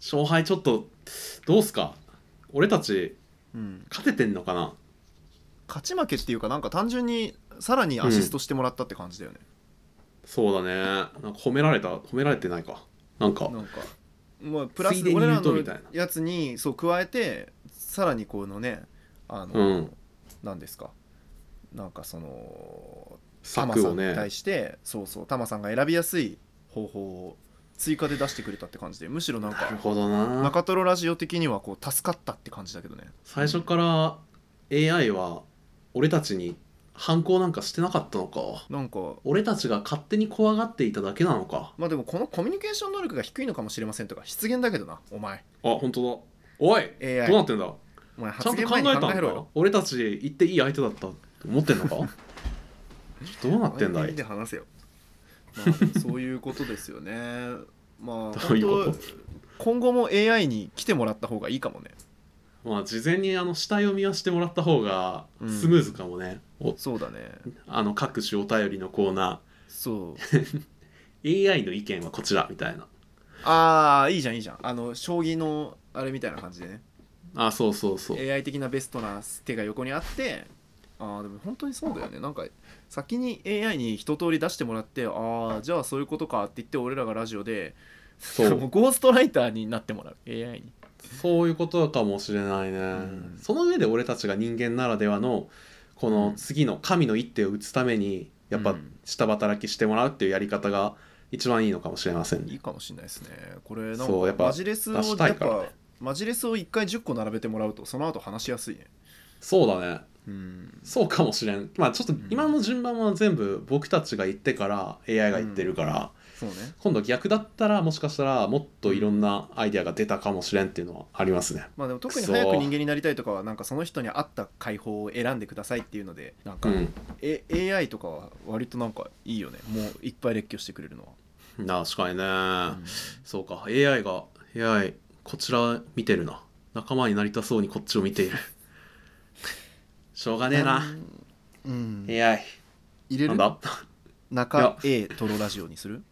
A: 勝敗ちょっとどうすか俺たち
B: うん
A: 勝ててんのかな
B: 勝ち負けっていうかなんか単純にさらにアシストしてもらったって感じだよね、
A: そうだねなんか褒められた褒められてないかなんか
B: なんかまあプラ
A: つい
B: ス
A: でに
B: 俺
A: 言
B: ら
A: うと
B: の
A: みたいな
B: やつにそう加えてさらにこのねあの、
A: うん
B: なんですかなんかそのタマ
A: 策
B: さ
A: を
B: んに
A: ね
B: 対してそうそうタマさんが選びやすい方法を追加で出してくれたって感じでむしろなん
A: なる
B: か
A: ほどな
B: 中トロラジオ的にはこう助かったって感じだけどね
A: 最初から AI は俺たちに反抗なんかしてなかったのか
B: なんか
A: 俺たちが勝手に怖がっていただけなのか
B: まあでもこのコミュニケーション能力が低いのかもしれませんとか失言だけどなお前
A: あ本当だおい
B: AI
A: どうなってんだ
B: お前
A: ちゃ
B: 発
A: んと
B: 言
A: 考え
B: 前に
A: たん
B: 考
A: だ
B: えろよ
A: 俺たち言っていい相手だったって思ってんのか どうなってんだ
B: お前
A: い
B: で話せよ、ま あ、そういうことですよね
A: どう
B: まあ本
A: いうこと
B: 当今後も AI に来てもらった方がいいかもね
A: まあ事前にあの下読みはしてもらった方が
B: うん
A: スムーズかもね、お
B: そうだね
A: あの各種お便りのコーナ
B: そう
A: ー AI の意見はこちらみたいな
B: ああいいじゃんいいじゃんあの将棋のあれみたいな感じでね
A: あそうそうそう、
B: AI 的なベストな手が横にあってああでも本当にそうだよねなんか先に AI に一通り出してもらってああじゃあそういうことかって言って俺らがラジオで
A: そ
B: もう
A: う
B: ゴーストライターになってもらう AI に
A: そういうことかもしれないね、
B: ん
A: その上で俺たちが人間ならではのこの次の神の一手を打つためにやっ
B: う
A: ぱ
B: ん
A: 下働きしてもらうっていうやり方が一番いいのかもしれませんね
B: いいかもしれないですねこれなんか
A: そうやっぱ
B: マジレスをや
A: 出し
B: っ
A: た
B: ぱ
A: いからね
B: マジレスを1回10個並べてもらうとその後話しやすいね
A: そうだね
B: うん
A: そうかもしれんまあちょっと今の順番は全部僕たちが言ってから AI が言ってるから、
B: そうね
A: 今度逆だったらもしかしたらもっといろんなアイデアが出たかもしれんっていうのはありますね
B: まあでも特に
A: くそー
B: 早く人間になりたいとかはなんかその人に合った解放を選んでくださいっていうのでなん
A: う
B: か、
A: ん
B: え AI とかは割となんかいいよねもういっぱい列挙してくれるのは、
A: 確かにね、
B: うん
A: そうか AI が AI こちら見てるな仲間になりたそうにこっちを見てい るしょうがねえな
B: うん
A: AI
B: 入
A: な
B: れる
A: んだ
B: 中 A トロラジオにする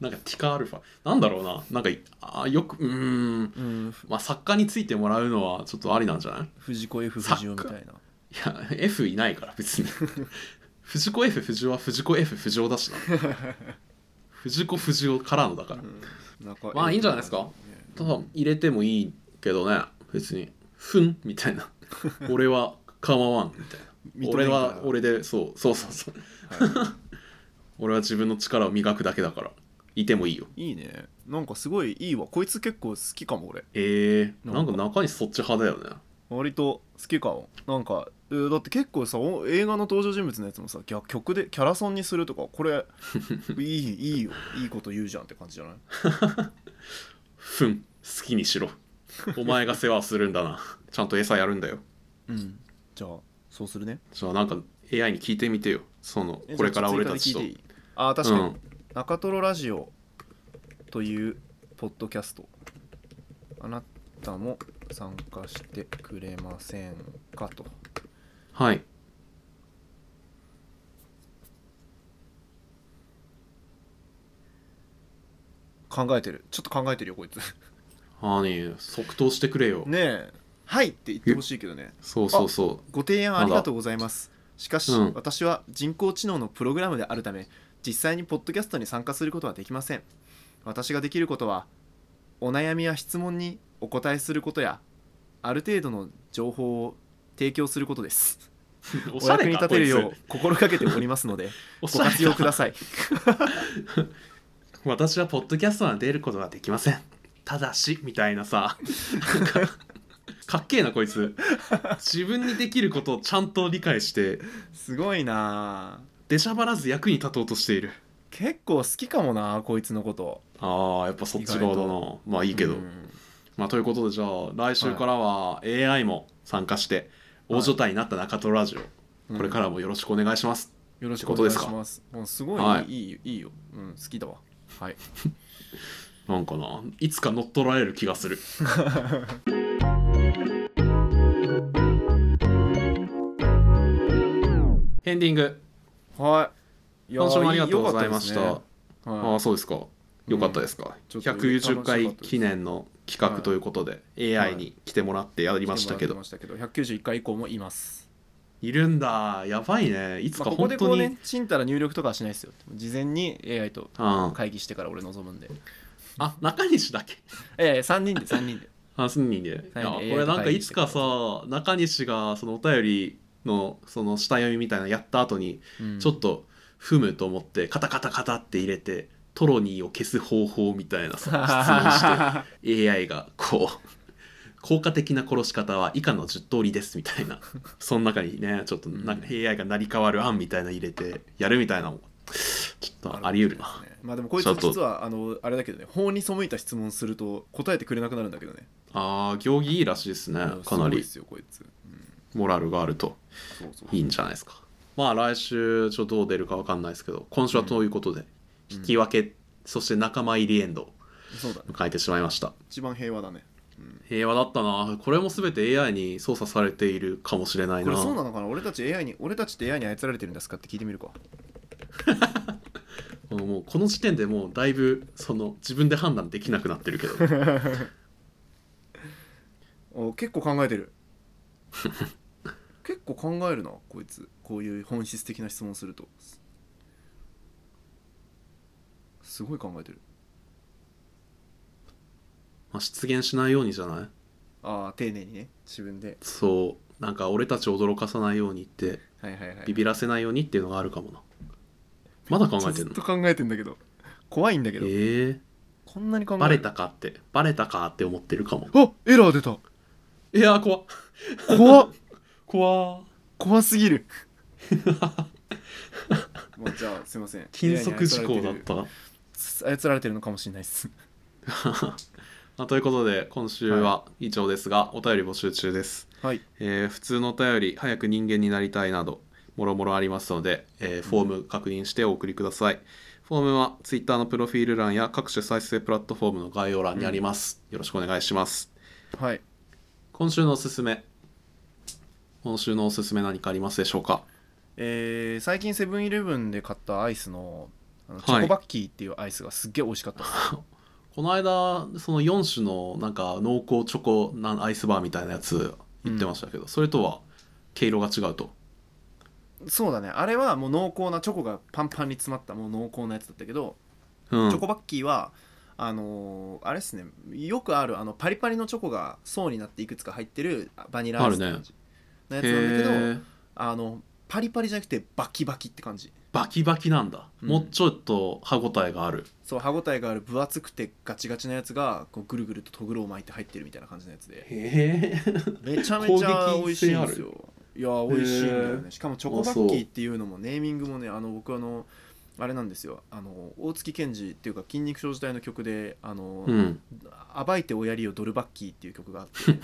A: なんかティカアルファなんだろうななんかいあーよくうーん
B: うん
A: まあ作家についてもらうのはちょっとありなんじゃない
B: 藤子 F 不二雄みたいない
A: や F いないから 別に藤子 F 不二雄は藤子 F 不二雄だし な藤子不二雄からのだから、
B: 中 A
A: まあいいんじゃないですかただ入れてもいいけどね別に「ふん」みたい な「俺は構わん」みたいな「
B: 認
A: 俺
B: めんから
A: は俺でそうそうそうそう
B: は
A: 俺は自分の力を磨くだけだからいてもいいよ
B: いいいねなんかすごいいいわこいつ結構好きかも俺
A: えー、
B: な
A: なんん
B: か
A: か中にそっち派だよね
B: 割と好きかもなんかえーだって結構さお映画の登場人物のやつもさ逆曲でキャラソンにするとかこ れいいいいよいいこと言うじゃんって感じじゃない
A: 「ふん好きにしろお前が世話をするんだなちゃんと餌やるんだよ
B: うんじゃあそうするね
A: じゃあなんか AI に聞いてみてよその
B: え
A: これから俺た
B: じ
A: ち
B: ゃ
A: と
B: あちょっと追加で聞いていいあー確かに、
A: うん
B: 中トロラジオというポッドキャストあなたも参加してくれませんかと
A: はい
B: 考えてるちょっと考えてるよこいつ
A: 何即答してくれよ、
B: ねえはいって言ってほしいけどね
A: そうそうそ
B: ご提案ありがとうございます。しかし、
A: うん
B: 私は人工知能のプログラムであるため、実際にポッドキャストに参加することはできません。私ができることは、お悩みや質問にお答えすることや、ある程度の情報を提供することです。
A: うお
B: お
A: しゃ
B: 役
A: れ
B: に
A: か
B: 立てるよ
A: こいう
B: 心がけておりますので、
A: つ お
B: ご
A: しゃれ
B: 活用ください。
A: 私はポッドキャストは出ることができませんただしみたいな さなんかかっけえなこいつ自分にできることをちゃんと理解して
B: すごいなあ
A: 出しゃばらず役に立とうとしている
B: 結構好きかもなあこいつのこと。
A: あーやっぱそっち側
B: 意
A: だ
B: 外
A: なまあいいけど、
B: うん
A: まあということでじゃあ来週からは AI も参加して大所帯になった中トロラジオ、これからもよろしくお願いします、
B: よろしくお願いし
A: ってこ
B: ます。もうすごい、
A: はい
B: い、いいいいよ。うん、好きだわ。はい。
A: なんかないつか乗っ取られる気がす るエンディング
B: はい。いやー
A: 今週もありがとうございました。
B: 良かっですね
A: あ
B: は
A: あそうですかよかったですか、
B: ちょっと
A: 110
B: 楽しか
A: 回
B: ったです
A: 記念の企画ということで、
B: はい
A: AI に来てもらってや
B: い。
A: りましたけど、
B: ましたけど、191回以降もいます。
A: い、るんだやばいねいつ
B: ま
A: か
B: あ、ここ
A: 本
B: で
A: 当
B: こう
A: に、
B: ね、ちんたら入力とかはしないですよ。事前に AI と
A: あ
B: 会議してから俺望むんで。
A: あ中西だけ
B: ええ、3人で、3人で。
A: あすんにんでいや
B: 三人で
A: こ
B: AI
A: れ
B: と
A: なんかいつかさ中西がそのお便りのその下読みみたいなのやった後に
B: うん
A: ちょっと踏むと思ってカタカタカタって入れてトロニーを消す方法みたい なさ質問して AI がこう効果的な殺し方は以下の10通りですみた いなその中にねちょっとなんか AI が成り代わる案みたいなの入れてやるみたいなのもちょっとあり得るな
B: ねまあでもこい
A: ちょ
B: つ
A: っと
B: 実はあのあれだけどね法に背いた質問すると答えてくれなくなるんだけどね
A: あー行儀いいらしいですね
B: うん
A: か
B: すご
A: ない
B: で
A: り
B: すよこいつ、うん
A: モラルがあると
B: そうそう
A: いいんじゃないですかまあ来週ちょっとどう出るか分かんないですけど今週はということで、
B: うん
A: 引き分け、そして仲間入りエンドを
B: そうだね
A: 迎えてしまいました
B: 一番平和だね、うん
A: 平和だったなこれも全て AI に操作されているかもしれない
B: こ
A: な
B: れそうなのかな俺たち AI に俺たちって AI に操られてるんですかって聞いてみ るか
A: もうこの時点でもうだいぶその自分で判断できなくなってるけど
B: お結構考 えてる結構考えるなこいつこういう本質的な質問するとすすごい考えてる
A: まあ、出現しないようにじゃない
B: ああ丁寧にね自分で
A: そうなんか俺たちを驚かさないようにって
B: はいはいはい
A: ビビらせないようにっていうのがあるかもなまだ考えて
B: ずっ
A: んの
B: と考えてんだけど怖いんだけど、
A: え
B: こんなに考
A: ー、
B: え
A: バレたかってバレたかって思ってるかも
B: あエラー出た
A: いやー怖っ
B: 怖っ
A: 怖っ
B: 怖すぎるもうじゃあすいません
A: 禁足事項だった
B: た操られてるのかもしれないです
A: まあということで今週は以上ですが、お便り募集中です、
B: はい
A: えー普通のお便り早く人間になりたいなどもろもろありますので、えーフォーム確認してお送りください、フォームは Twitter のプロフィール欄や各種再生プラットフォームの概要欄にあります、よろしくお願いします
B: はい
A: 今週のおすすめ今週のおすすめ何かありますでしょうか
B: えー最近セブンイレブンで買ったアイスのあの
A: はい
B: チョコバッキーっていうアイスがすっげえ美味しかったです、
A: この間その4種のなんか濃厚チョコなんアイスバーみたいなやつ言ってましたけど、それとは毛色が違うと
B: そうだねあれはもう濃厚なチョコがパンパンに詰まったもう濃厚なやつだったけど、
A: うん
B: チョコバッキーはあのーあれですねよくあるあのパリパリのチョコが層になっていくつか入ってるバニラアイスって感じのやつなんだけど、
A: へー
B: あのパリパリじゃなくてバキバキって感じ
A: バキバキなんだ、
B: うん
A: もうちょっと歯ごたえがある
B: そう歯ごたえがある分厚くてガチガチなやつがこうぐるぐるととぐろを巻いて入ってるみたいな感じのやつで
A: へえ
B: めちゃめちゃ
A: 攻
B: 美味
A: 撃
B: しい
A: 性
B: ん
A: ある
B: ですよいや美味しいんだよねしかもチョコバッキーっていうのもネーミングもねあの僕あのあれなんですよあの大月健二っていうか筋肉症時代の曲であの、
A: うん
B: 暴いて親りをドルバッキーっていう曲 があって、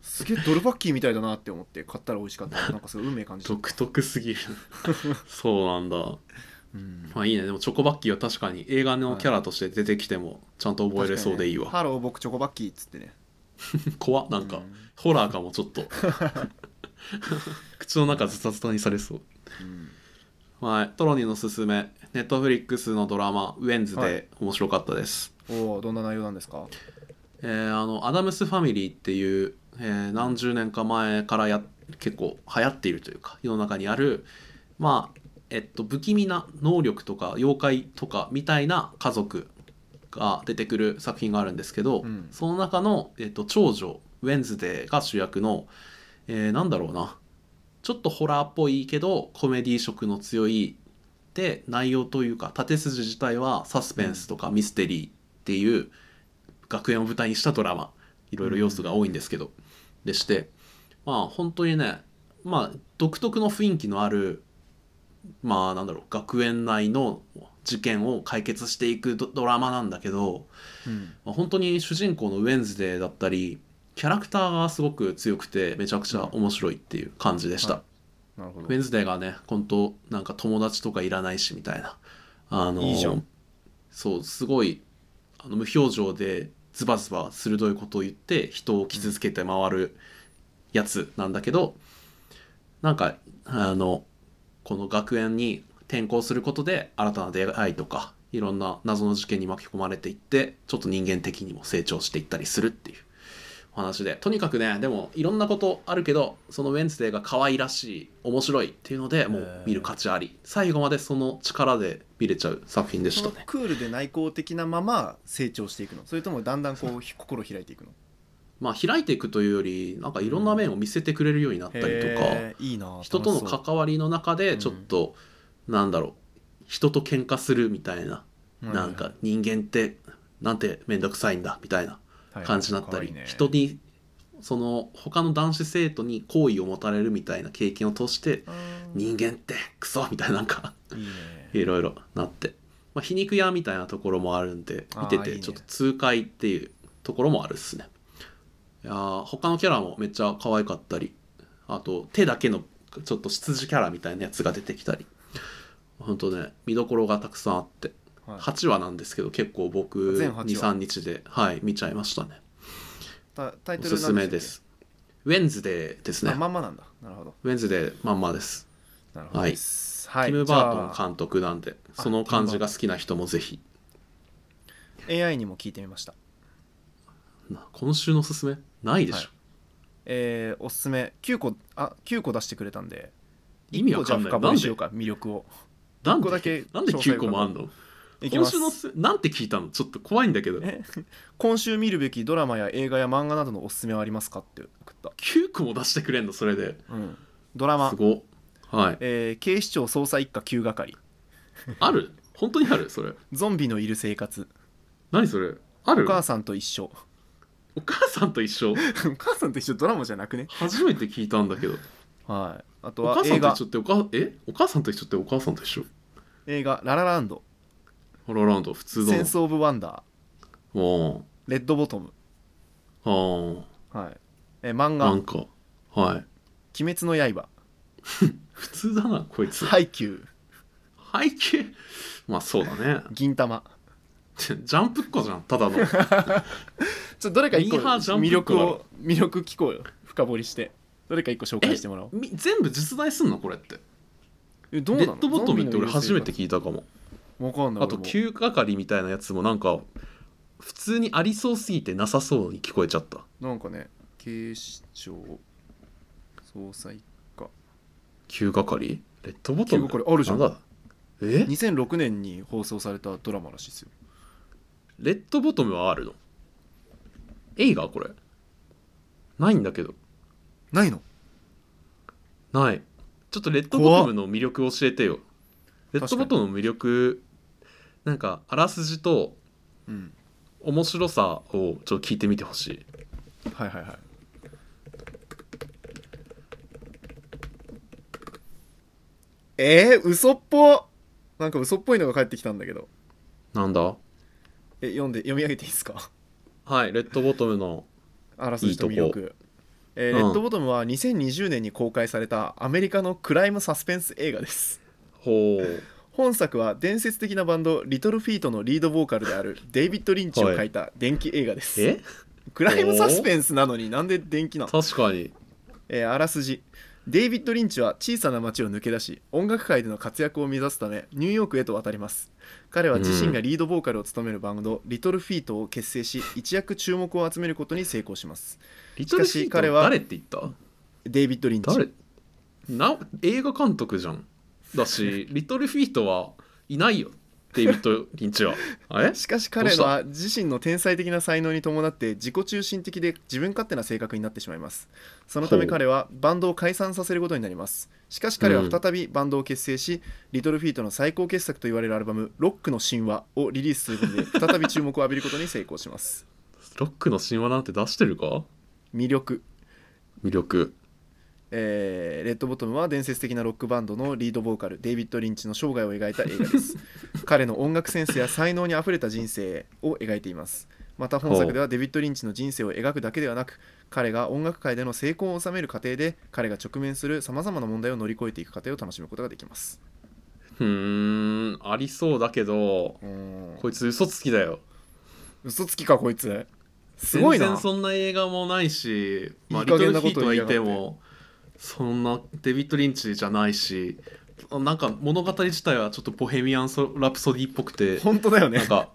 B: すげえドルバッキーみたいだなって思って買ったら美味しかったなんかすごい運命感じた、
A: 独特す ぎるそうなんだ
B: うん
A: まあいいねでもチョコバッキーは確かに映画のキャラとして出てきてもちゃんと覚えれそうでいい
B: 確
A: わ、
B: かにねハロー僕チョコバッキーっつってね
A: 怖っなんか、
B: う
A: ホラーかもちょっ と口の中ズタズタにされそう
B: うん
A: はいトロニーのおすすめネットフリックスのドラマ「ウェンズ」
B: は
A: で面白かったです、
B: おおどんな内容なんですか
A: えーあのアダムス・ファミリーっていう、えー何十年か前からや結構流行っているというか世の中にあるまあえっと不気味な能力とか妖怪とかみたいな家族が出てくる作品があるんですけど、
B: うん
A: その中の、えっと、長女ウェンズデーが主役の、えーなんだろうなちょっとホラーっぽいけどコメディ色の強いで内容というか縦筋自体はサスペンスとかミステリーっていう学園を舞台にしたドラマいろいろ要素が多いんですけど、でしてまあ本当にねまあ独特の雰囲気のあるまあなんだろう学園内の事件を解決していくドドラマなんだけど、
B: うん
A: まあ、本当に主人公のウェンズデーだったりキャラクターがすごく強くてめちゃくちゃ面白いっていう感じでした、
B: はなるほど
A: ウェンズデーがね本当なんか友達とかいらないしみたいなあの
B: いいじゃん
A: そうすごいあの無表情でズバズバ鋭いことを言って人を傷つけて回るやつなんだけどなんかあのこの学園に転校することで新たな出会いとかいろんな謎の事件に巻き込まれていってちょっと人間的にも成長していったりするっていうお話でとにかくねでもいろんなことあるけどそのウェンズデーが可愛らしい面白いっていうのでもう見る価値あり最後までその力で見れちゃう作品でし
B: そ
A: た
B: の
A: ね
B: クールで内向的なまま成長していくのそれともだんだんこ うひ心を開いていくの
A: まあ開いていくというよりなんかいろんな面を見せてくれるようになったりとか
B: へーいいな
A: 人との
B: 楽し
A: 関わりの中でちょっと、なんだろう人と喧嘩するみたいな、
B: そう
A: なんか人間ってなんて面倒くさいんだみたいな感じになったり、人にその他の男子生徒に好意を持たれるみたいな経験を通して
B: に
A: 人間ってクソみたいななんか
B: いいね
A: いろいろなって、まあ、皮肉屋みたいなところもあるんで
B: あー
A: 見て
B: いい
A: て
B: ね
A: ちょっと痛快っていうところもあるっすねいやー他のキャラもめっちゃ可愛かったりあと手だけのちょっと羊キャラみたいなやつが出てきたり本当ね見どころがたくさんあって
B: はい
A: 8話なんですけど結構僕
B: 全8話
A: 23日ではい見ちゃいましたね
B: たタイ
A: お
B: トル
A: すすめですウェンズデーです
B: ね
A: ね
B: まんまなんだなるほど
A: ウェンズデーまんまです、
B: なるほど
A: はい
B: ですはい
A: ティム・バート
B: ン
A: ン監督なんで
B: あ
A: その感じが好きな人もぜひ
B: AI にも聞いてみました
A: な今週のおすすめないでしょ、
B: はいえーおすすめ9個あ九個出してくれたんで
A: 意味わかんない
B: 一個じゃあ深掘りしようか魅力を
A: なん
B: 一個
A: で
B: だけ
A: なんで
B: 詳細
A: 9個もあんの
B: いき
A: 今
B: ま
A: 週
B: す
A: のすなんて聞いたのちょっと怖いんだけど
B: え今週見るべきドラマや映画や漫画などのおすすめはありますかって送った、
A: 9個も出してくれんのそれで
B: うん、ドラマ
A: す、ごはい
B: えー警視庁捜査一課9係
A: ある本当にあるそれ
B: ゾンビのいる生活
A: 何それあ
B: お
A: る
B: 母さんと一緒
A: お母さんと一緒
B: お母さんと一緒ドラマじゃなくね
A: 初めて聞いたんだけど
B: はいあと
A: お
B: は
A: 母さ
B: 映
A: んと
B: 画
A: 一緒っておかえお母さんと一緒ってお母さんと一緒
B: 映画「ララランド」
A: ハローラウンド普
B: 「セ
A: 通だ
B: ンス・オブ・ワンダー」
A: お
B: 「レッド・ボトム
A: あー」
B: はいえー漫画
A: なんかはい
B: 「鬼滅の刃」
A: 普通だなこい
B: 「
A: つ
B: ハイキュー」
A: 背景まあそうだね
B: 「銀魂」
A: ジャンプっ子じゃんただの
B: ちょっとどれか一個
A: ミーハージャンプ
B: 魅力を魅力聞こうよ深掘りしてどれか一個紹介してもらおう
A: み全部実在すんのこれって
B: えどう
A: レ
B: なの
A: ッドボトムって俺初めて
B: ゾ
A: 聞いたかも
B: ンビの優勢かわかんない
A: あと
B: 俺も
A: 急係みたいなやつもなんか普通にありそうすぎてなさそうに聞こえちゃった
B: なんかね警視庁捜査一課
A: 急係レッドボト
B: 急
A: ム
B: これあるじゃ
A: なんだえ
B: 2006年に放送されたドラマらしいですよ
A: レッドボトムはあるの映画これないんだけど
B: ないの
A: ないちょっとレッドボトムの魅力教えてよレッドボトムの魅力なんかあらすじと
B: うん
A: 面白さをちょっと聞いてみてほしい
B: はいはいはいえー、嘘っぽなんか嘘っぽいのが返ってきたんだけど
A: なんだ
B: え読んで読み上げていいですか
A: はいレッドボトムの
B: あらすじと魅
A: い
B: 力え
A: うん
B: ーレッドボトムは2020年に公開されたアメリカのクライムサスペンス映画です
A: ほう
B: 本作は伝説的なバンドリトルフィートのリードボーカルで あるデイビッド・リンチを書いた電気映画です、
A: え
B: クライムサスペンスなのになんで電気なの
A: 確かに
B: えーあらすじデイビッド・リンチは小さな町を抜け出し音楽界での活躍を目指すためニューヨークへと渡ります彼は自身がリードボーカルを務めるバンド、リトルフィートを結成し一躍注目を集めることに成功します
A: リトルシート
B: 彼は
A: 誰って言った
B: デイビッド・リンチ
A: 誰な映画監督じゃんだ しリトルフィートはいないよデイビッド・リンチ はあれ
B: しかし彼は自身の天才的な才能に伴って自己中心的で自分勝手な性格になってしまいますそのため
A: ほう
B: 彼はバンドを解散させることになりますしかし彼は再びバンドを結成し、リトルフィートの最高傑作と言われるアルバム「ロックの神話」をリリースすることで再び注目を浴びることに成功します
A: ロックの神話なんて出してるか
B: 魅力
A: 魅力
B: えーレッドボトムは伝説的なロックバンドのリードボーカルデイビッド・リンチの生涯を描いた映画です 彼の音楽センスや才能にあふれた人生を描いていますまた本作ではデイビッド・リンチの人生を描くだけではなく彼が音楽界での成功を収める過程で彼が直面するさまざまな問題を乗り越えていく過程を楽しむことができます
A: うーんありそうだけど
B: うーん
A: こいつ嘘つきだよ
B: 嘘つきかこいつすごいな
A: 全然そんな映画もないし、まあ、
B: いい
A: リトル
B: 加減
A: フ
B: なこ
A: ィー
B: と
A: ト
B: を
A: は
B: 言い
A: い
B: やがって
A: てもそんなデビッド・リンチじゃないしなんか物語自体はちょっとボヘミアン・ラプソディっぽくて
B: 本当だよ
A: な
B: ね
A: んか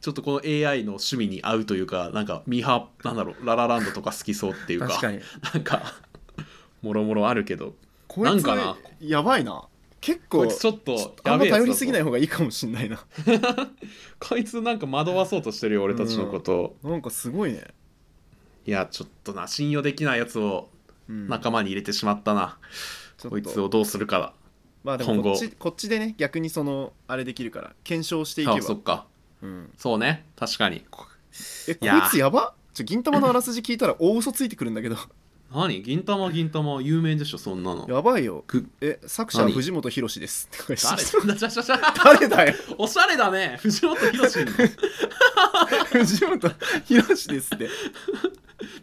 A: ちょっとこの AI の趣味に合うというかなんかミーハーなんだろうララランドとか好きそうっていうか
B: 確かに
A: なんかもろもろあるけど
B: こいつ
A: なんかな
B: やばいな結
A: こ
B: 構
A: いつちょっと
B: あ
A: や
B: んま
A: べえやつだ
B: 頼
A: ぞ
B: りすぎない方がいいかもしんないな
A: こいつなんか惑わそうとしてるよ俺たちのことを、
B: なんかすごいね、
A: いやちょっとな信用できないやつを
B: うん
A: 仲間に入れてしまったな、
B: ちょっと
A: こいつをどうするかだ
B: まあでも
A: 今後
B: こっちこっちでね逆にそのあれできるから検証していけば
A: あそっか
B: うん、
A: そうね確かに
B: えこ
A: いやー
B: いつやばちょ銀玉のあらすじ聞いたら大嘘ついてくるん だけど
A: 何銀玉銀玉有名でしょそんなの
B: やばいよ
A: く
B: え作者は
A: 何
B: 藤本博ですって返して
A: 誰
B: き
A: そんな
B: た 誰だよ
A: おしゃれだね藤本博士
B: 藤本博ですって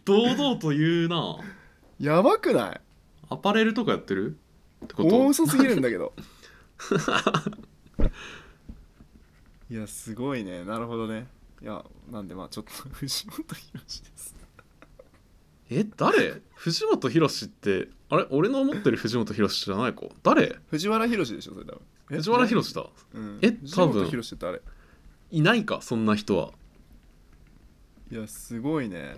A: 堂々と言うな
B: やばくない
A: アパレルとかやってるってこ
B: 大
A: と
B: 嘘すぎるんだ けどいやすごいねなるほどねいやなんでまあちょっと藤本博です
A: え誰藤本博士ってあれ俺の思ってる藤本博士じゃない子誰
B: 藤原博でしょそれ多分え
A: 藤原博士だ
B: うん、
A: え
B: 藤
A: 多分
B: 本博ってあれ
A: いないかそんな人はい
B: やすごいね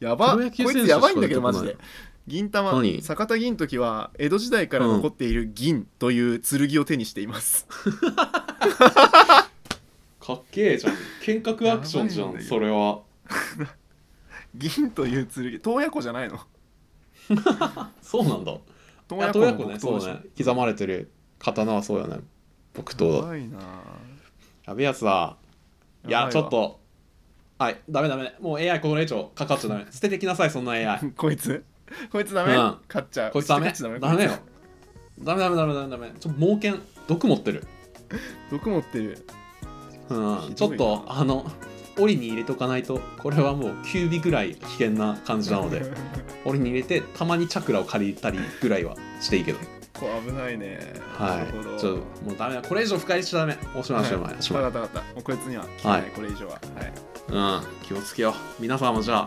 B: や
A: プ
B: ばこ
A: ロ野
B: い
A: 球選手
B: つやばいんだけど
A: しか
B: マ
A: 出て
B: ジ
A: こない
B: で銀玉
A: 何
B: 坂田銀時は江戸 時代から残っている銀という剣を手にしています、
A: かっけえじゃん剣閣アクションじゃ
B: やばい
A: ん
B: んだけど
A: それは
B: 銀という剣洞爺湖じゃないの
A: そうなんだ
B: 洞
A: あ洞爺湖ねそうね刻まれてる刀はそうやね木刀
B: や
A: だ
B: ばいな
A: やべえやつだいや
B: ばわ
A: ちょっとはいダメダメもう AI これ以上かかっちゃダメ捨ててきなさいそんな AI
B: こいつこいつダメ、
A: うん
B: 買っちゃう
A: こいつダメ
B: 買っちゃダメ
A: ダメよ
B: こい
A: ダメダメダメダメダメちょっと猛犬毒持ってる
B: つ毒持ってる
A: うん
B: ひ
A: ちょっ
B: どいな
A: とあの檻に入れとかないとこれはもう9尾ぐらい危険な感じなので 檻に入れてたまにチャクラを借りたりぐらいはしていいけど
B: こう危ないね
A: は
B: なるほど
A: いちょっともうダメだこれ以上深入りしちゃダメおしまいおしまいおしまい
B: はい、分かった分かったもうこいつには聞かない、
A: はい
B: これ以上は、はい、、
A: うん、気をつけよう。皆さんもじゃあ、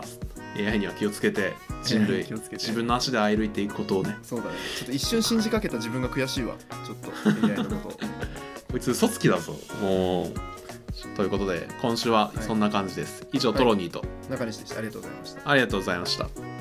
A: AI には気をつけて、人類
B: 気をつけて
A: 自分の足で歩いていくことをね。
B: そうだねちょっと一瞬信じかけた自分が悔しいわちょっと AI のこと
A: こいつ嘘つきだぞ。もう。ということで、今週ははいそんな感じです。以上、
B: はい
A: トロニーと、
B: 中西でしたありがとうございました
A: ありがとうございました。